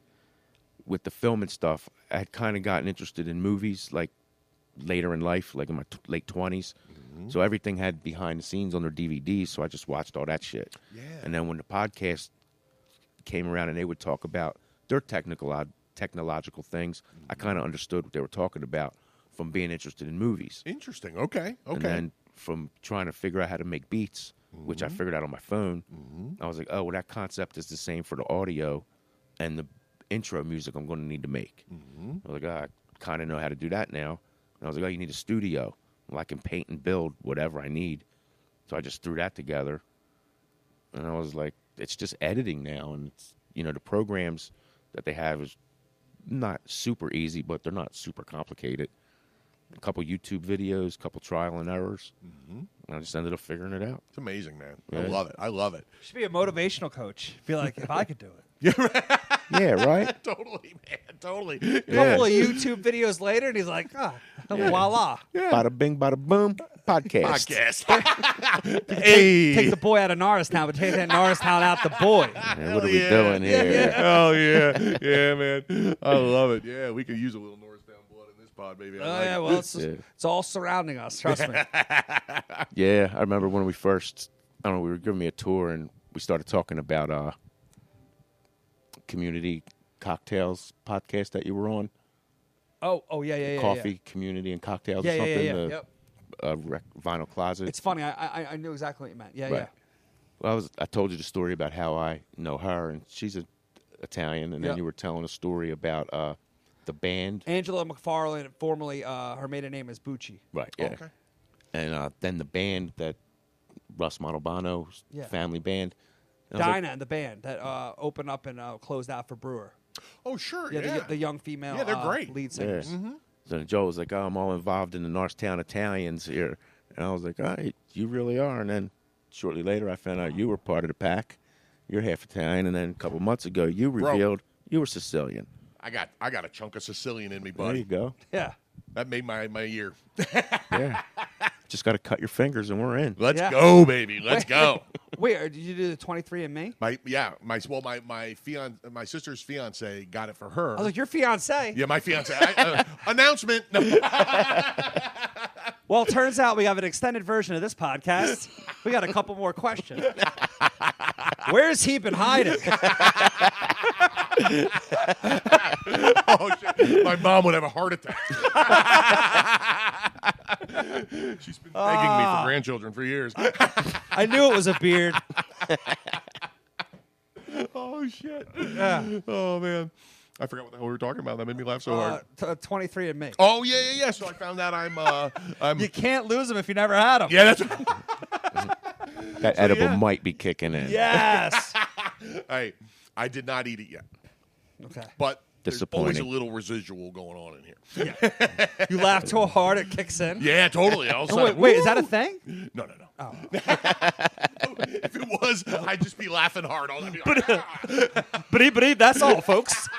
[SPEAKER 5] with the film and stuff. I had kind of gotten interested in movies like later in life, like in my t- late 20s So everything had behind the scenes on their DVDs. So I just watched all that shit.
[SPEAKER 3] Yeah.
[SPEAKER 5] And then when the podcast came around and they would talk about their technical uh, technological things, I kind of understood what they were talking about from being interested in movies.
[SPEAKER 3] Interesting. Okay. Okay.
[SPEAKER 5] And then from trying to figure out how to make beats, which I figured out on my phone, I was like, oh, well, that concept is the same for the audio and the intro music I'm going to need to make. I was like, oh, I kind of know how to do that now. And I was like, oh, you need a studio. Well, I can paint and build whatever I need. So I just threw that together. And I was like, it's just editing now. And, it's, you know, the programs that they have is not super easy, but they're not super complicated a couple YouTube videos, a couple trial and errors. And I just ended up figuring it out.
[SPEAKER 3] it's amazing, man. I
[SPEAKER 5] Yeah.
[SPEAKER 3] love it. I love it.
[SPEAKER 4] You should be a motivational coach. Be like, if I could do it.
[SPEAKER 5] Yeah, right?
[SPEAKER 3] Totally, man. Totally.
[SPEAKER 4] A couple of YouTube videos later, and he's like, ah, voila.
[SPEAKER 5] Bada bing, bada boom, podcast.
[SPEAKER 3] Podcast.
[SPEAKER 4] Take
[SPEAKER 3] hey.
[SPEAKER 4] the boy out of Norristown, but take that Norristown out the boy.
[SPEAKER 5] Man, what are we
[SPEAKER 3] yeah.
[SPEAKER 5] doing here?
[SPEAKER 3] Hell Oh, yeah. Yeah, man. I love it. Yeah, we could use a little Norristown blood in this pod, baby. I
[SPEAKER 4] Oh,
[SPEAKER 3] like
[SPEAKER 4] yeah,
[SPEAKER 3] it.
[SPEAKER 4] well, it's,
[SPEAKER 5] Yeah.
[SPEAKER 4] it's all surrounding us. Trust me.
[SPEAKER 5] Yeah, I remember when we first, I don't know, we were giving me a tour and we started talking about uh, community cocktails podcast that you were on.
[SPEAKER 4] Oh, oh yeah, yeah, yeah. yeah.
[SPEAKER 5] coffee community and cocktails
[SPEAKER 4] Yeah,
[SPEAKER 5] or
[SPEAKER 4] yeah, yeah,
[SPEAKER 5] something.
[SPEAKER 4] yeah.
[SPEAKER 5] the,
[SPEAKER 4] Yep.
[SPEAKER 5] uh, rec- vinyl closet.
[SPEAKER 4] It's funny. I, I I knew exactly what you meant. Yeah,
[SPEAKER 5] Right. Well, I was I told you the story about how I know her, and she's a, Italian, and then
[SPEAKER 4] Yeah.
[SPEAKER 5] you were telling a story about uh, the band.
[SPEAKER 4] yeah. Angela McFarlane, formerly uh, her maiden name is Bucci.
[SPEAKER 5] Right. Yeah.
[SPEAKER 3] Okay.
[SPEAKER 5] And uh, then the band that Russ Montalbano's
[SPEAKER 4] Yeah.
[SPEAKER 5] family band. And I was like,
[SPEAKER 4] Dinah and the band that uh, opened up and uh, closed out for Brewer.
[SPEAKER 3] Oh, sure.
[SPEAKER 4] Yeah,
[SPEAKER 3] Yeah.
[SPEAKER 4] The, the young female.
[SPEAKER 3] Yeah, they're
[SPEAKER 4] uh,
[SPEAKER 3] great.
[SPEAKER 4] lead
[SPEAKER 5] Yeah.
[SPEAKER 4] singers.
[SPEAKER 5] So Joe was like, "Oh, I'm all involved in the Norristown Italians here," and I was like, "All right, you really are." And then shortly later, I found out you were part of the pack. You're half Italian, and then a couple months ago, you revealed you were Sicilian.
[SPEAKER 3] I got I got a chunk of Sicilian in me,
[SPEAKER 5] There
[SPEAKER 3] buddy.
[SPEAKER 5] you go.
[SPEAKER 4] Yeah.
[SPEAKER 3] That made my my year.
[SPEAKER 5] Yeah. Just got to cut your fingers, and we're in.
[SPEAKER 3] Let's
[SPEAKER 4] Yeah.
[SPEAKER 3] go, baby. Let's go.
[SPEAKER 4] Wait, or did you do the 23 and me?
[SPEAKER 3] My yeah, my well, my my fian my sister's fiance got it for her.
[SPEAKER 4] I was like, your fiance.
[SPEAKER 3] yeah, my fiance. I, uh, announcement. No.
[SPEAKER 4] Well, it turns out we have an extended version of this podcast. We got a couple more questions. Where's he been hiding?
[SPEAKER 3] Oh, shit. My mom would have a heart attack. She's been begging me for grandchildren for years.
[SPEAKER 4] I knew it was a beard.
[SPEAKER 3] oh shit.
[SPEAKER 4] Yeah.
[SPEAKER 3] Oh man. I forgot what the hell we were talking about. That made me laugh so
[SPEAKER 4] Uh,
[SPEAKER 3] hard.
[SPEAKER 4] t- uh, 23 and me.
[SPEAKER 3] Oh yeah, yeah, yeah. So I found out I'm uh I'm
[SPEAKER 4] You can't lose him if you never had him.
[SPEAKER 3] Yeah, that's right.
[SPEAKER 5] That edible
[SPEAKER 3] yeah.
[SPEAKER 5] might be kicking in.
[SPEAKER 4] Yes.
[SPEAKER 3] Hey, I did not eat it yet.
[SPEAKER 4] okay.
[SPEAKER 3] But there's always a
[SPEAKER 5] Disappointing.
[SPEAKER 3] little residual going on in here.
[SPEAKER 4] You laugh too hard, it kicks in.
[SPEAKER 3] Yeah, totally. All of a
[SPEAKER 4] Oh, wait,
[SPEAKER 3] sudden,
[SPEAKER 4] wait, is that a thing?
[SPEAKER 3] No, no, no. if it was, I'd just be "Ah." laughing hard all the time.
[SPEAKER 4] Biddy biddy, that's all, folks.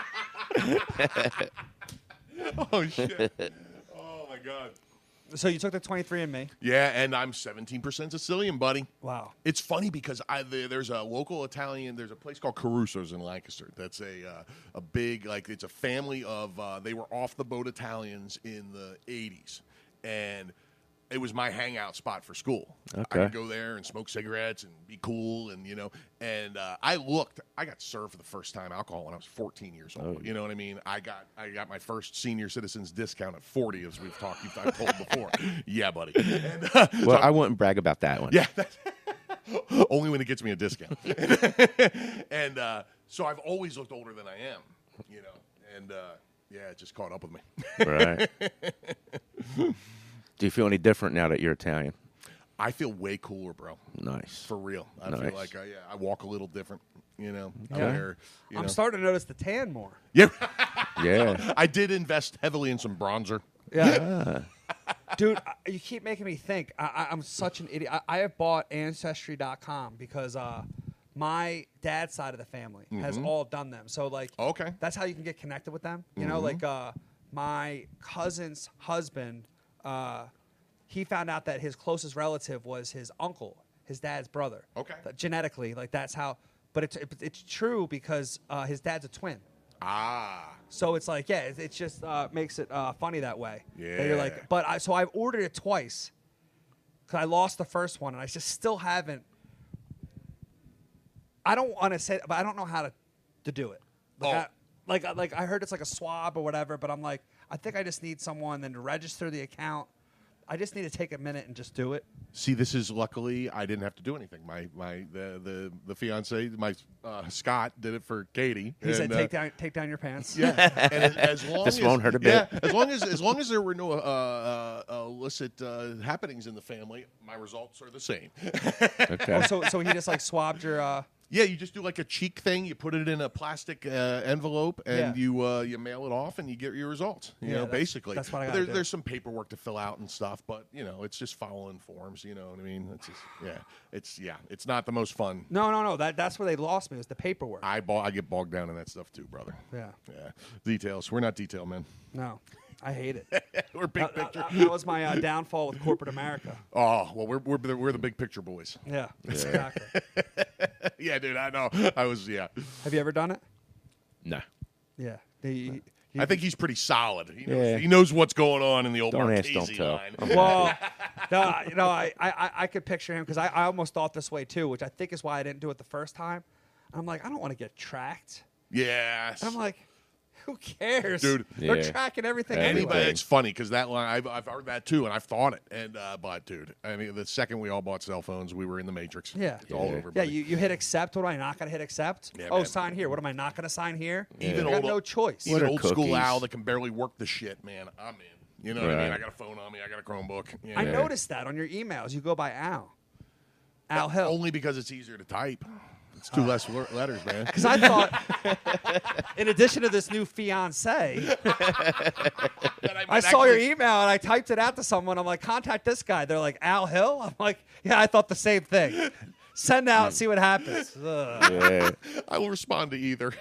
[SPEAKER 3] oh shit! Oh my god!
[SPEAKER 4] So you took the 23 and me.
[SPEAKER 3] Yeah, and I'm 17% Sicilian, buddy.
[SPEAKER 4] Wow.
[SPEAKER 3] It's funny because I there- there's a local Italian. There's a place called Caruso's in Lancaster. That's a uh, a big like it's a family of uh, they were off the boat Italians in the '80s, and it was my hangout spot for school. I
[SPEAKER 5] Okay.
[SPEAKER 3] could go there and smoke cigarettes and be cool, and you know. And uh, I looked. I got served for the first time alcohol when I was 14 years
[SPEAKER 5] Oh,
[SPEAKER 3] old. You know what I mean? I got I got my first senior citizens discount at 40, as we've talked. I've told before. yeah, buddy. And, uh,
[SPEAKER 5] Well, I wouldn't brag about that one.
[SPEAKER 3] yeah. that's- Only when it gets me a discount. and uh, so I've always looked older than I am, you know. And uh, yeah, it just caught up with me.
[SPEAKER 5] Right. Do you feel any different now that you're Italian?
[SPEAKER 3] I feel way cooler, bro.
[SPEAKER 5] Nice.
[SPEAKER 3] For real. I feel
[SPEAKER 5] Nice.
[SPEAKER 3] like I, yeah, I walk a little different, you know. I
[SPEAKER 4] Yeah.
[SPEAKER 3] wear, you know.
[SPEAKER 4] I'm starting to notice the tan more.
[SPEAKER 3] Yeah,
[SPEAKER 5] yeah.
[SPEAKER 3] I did invest heavily in some bronzer.
[SPEAKER 4] Yeah. Dude, I- you keep making me think. I, I, I'm such an idiot. I, I have bought Ancestry.com because uh, my dad's side of the family has all done them. So, like,
[SPEAKER 3] Mm-hmm. Okay. Mm-hmm.
[SPEAKER 4] that's how you can get connected with them. You know, like uh, my cousin's husband, uh, he found out that his closest relative was his uncle, his dad's brother.
[SPEAKER 3] Okay.
[SPEAKER 4] That genetically, like, that's how. But it's, it, it's true because uh, his dad's a twin.
[SPEAKER 3] Ah.
[SPEAKER 4] So it's like, yeah, it, it just uh, makes it uh, funny that way. That you're
[SPEAKER 3] Yeah.
[SPEAKER 4] like, but I, so I've ordered it twice because I lost the first one and I just still haven't. I don't want to say, but I don't know how to, to do it. Like,
[SPEAKER 3] Oh.
[SPEAKER 4] I, like, I- like I heard it's like a swab or whatever, but I'm like, I think I just need someone then to register the account. I just need to take a minute and just do it.
[SPEAKER 3] See, this is luckily I didn't have to do anything. My my the the, the fiance, my uh, Scott did it for Katie.
[SPEAKER 4] He said,
[SPEAKER 3] and, uh,
[SPEAKER 4] take down, take down your pants.
[SPEAKER 3] Yeah, and as long
[SPEAKER 5] This
[SPEAKER 3] as,
[SPEAKER 5] won't hurt a
[SPEAKER 3] yeah,
[SPEAKER 5] bit.
[SPEAKER 3] as long as as long as there were no uh, uh, illicit uh, happenings in the family, my results are the same.
[SPEAKER 5] Okay.
[SPEAKER 4] So, so he just like swabbed your. Uh,
[SPEAKER 3] yeah, you just do like a cheek thing. You put it in a plastic uh, envelope, and
[SPEAKER 4] Yeah.
[SPEAKER 3] you uh, you mail it off, and you get your results. You
[SPEAKER 4] Yeah,
[SPEAKER 3] know,
[SPEAKER 4] that's-
[SPEAKER 3] basically,
[SPEAKER 4] that's what I
[SPEAKER 3] But
[SPEAKER 4] gotta
[SPEAKER 3] there-
[SPEAKER 4] do.
[SPEAKER 3] There's some paperwork to fill out and stuff, but you know, it's just following forms. You know what I mean? It's just, yeah, it's yeah, it's not the most fun.
[SPEAKER 4] no, no, no. That that's where they lost me was the paperwork.
[SPEAKER 3] I bog, I get bogged down in that stuff too, brother.
[SPEAKER 4] Yeah.
[SPEAKER 3] yeah. Details. We're not detail men.
[SPEAKER 4] No, I hate it.
[SPEAKER 3] We're big
[SPEAKER 4] That- that,
[SPEAKER 3] picture.
[SPEAKER 4] that- that was my uh, downfall with corporate America.
[SPEAKER 3] Oh well, we're we're the, we're the big picture boys.
[SPEAKER 4] Yeah, exactly.
[SPEAKER 3] yeah, dude, I know. I was, yeah.
[SPEAKER 4] Have you ever done it?
[SPEAKER 5] no.
[SPEAKER 4] Yeah. The- you-
[SPEAKER 3] I think he's pretty solid. He knows,
[SPEAKER 5] Yeah.
[SPEAKER 3] he knows what's going on in the old
[SPEAKER 5] Don't ask,
[SPEAKER 3] Marchese
[SPEAKER 5] don't tell.
[SPEAKER 3] line.
[SPEAKER 5] I'm
[SPEAKER 4] Well, no, I- no, I, I, I- I could picture him because I, I almost thought this way too, which I think is why I didn't do it the first time. I'm like, I don't want to get tracked.
[SPEAKER 3] Yes.
[SPEAKER 4] And I'm like, Who cares,
[SPEAKER 3] Dude.
[SPEAKER 4] They're
[SPEAKER 5] Yeah.
[SPEAKER 4] tracking everything
[SPEAKER 5] Anybody-
[SPEAKER 4] anyway.
[SPEAKER 3] Anybody,
[SPEAKER 5] Anyway.
[SPEAKER 3] it's funny because that line I've, I've heard that too, and I've thought it. And uh, but dude, I mean, the second we all bought cell phones, we were in the matrix.
[SPEAKER 4] Yeah.
[SPEAKER 3] it's all
[SPEAKER 5] Yeah.
[SPEAKER 3] over.
[SPEAKER 4] Yeah,
[SPEAKER 3] buddy.
[SPEAKER 4] you, you hit accept. What am I not going to hit accept?
[SPEAKER 3] Yeah,
[SPEAKER 4] oh,
[SPEAKER 3] man.
[SPEAKER 4] sign here. What am I not going to sign here?
[SPEAKER 3] Even
[SPEAKER 4] I got
[SPEAKER 3] old-
[SPEAKER 4] no choice.
[SPEAKER 5] What
[SPEAKER 3] even
[SPEAKER 5] are
[SPEAKER 3] old school
[SPEAKER 5] cookies?
[SPEAKER 3] owl that can barely work the shit, man. I'm in. You know what I mean?
[SPEAKER 5] Right.
[SPEAKER 3] I got a phone on me. I got a Chromebook. you
[SPEAKER 4] I
[SPEAKER 3] know?
[SPEAKER 4] noticed that on your emails. You go by Al. Al Hill.
[SPEAKER 3] Only because it's easier to type. It's two less le- letters, man.
[SPEAKER 4] Because I thought, in addition to this new fiance,
[SPEAKER 3] That might
[SPEAKER 4] I saw your
[SPEAKER 3] actually-
[SPEAKER 4] email and I typed it out to someone. I'm like, contact this guy. They're like, Al Hill? I'm like, yeah, I thought the same thing. Send out, see what happens. Ugh.
[SPEAKER 5] Yeah.
[SPEAKER 3] I will respond to either.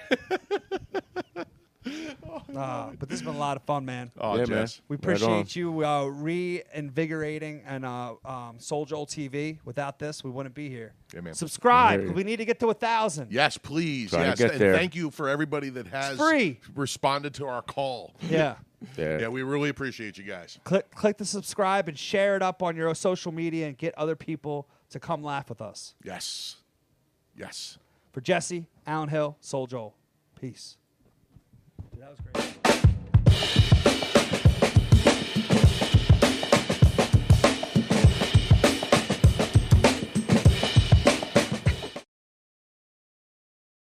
[SPEAKER 4] Ah, but this has been a lot of fun, man.
[SPEAKER 3] oh,
[SPEAKER 5] Yeah, man.
[SPEAKER 3] Jess.
[SPEAKER 4] We
[SPEAKER 5] Right
[SPEAKER 4] appreciate
[SPEAKER 5] on.
[SPEAKER 4] you uh, reinvigorating and uh, um, Soul Joel TV. Without this, we wouldn't be here.
[SPEAKER 3] Yeah, man.
[SPEAKER 4] Subscribe.
[SPEAKER 5] Right.
[SPEAKER 4] We need to get to a thousand.
[SPEAKER 3] Yes, please.
[SPEAKER 5] Trying to
[SPEAKER 3] yes,
[SPEAKER 5] get
[SPEAKER 3] and
[SPEAKER 5] there.
[SPEAKER 3] thank you for everybody that has
[SPEAKER 4] free.
[SPEAKER 3] responded to our call.
[SPEAKER 4] Yeah.
[SPEAKER 5] Yeah.
[SPEAKER 3] Yeah, we really appreciate you guys.
[SPEAKER 4] click click the subscribe and share it up on your social media and get other people to come laugh with us.
[SPEAKER 3] Yes, yes.
[SPEAKER 4] For Jesse, Allen Hill, Soul Joel. Peace. Dude, that was great.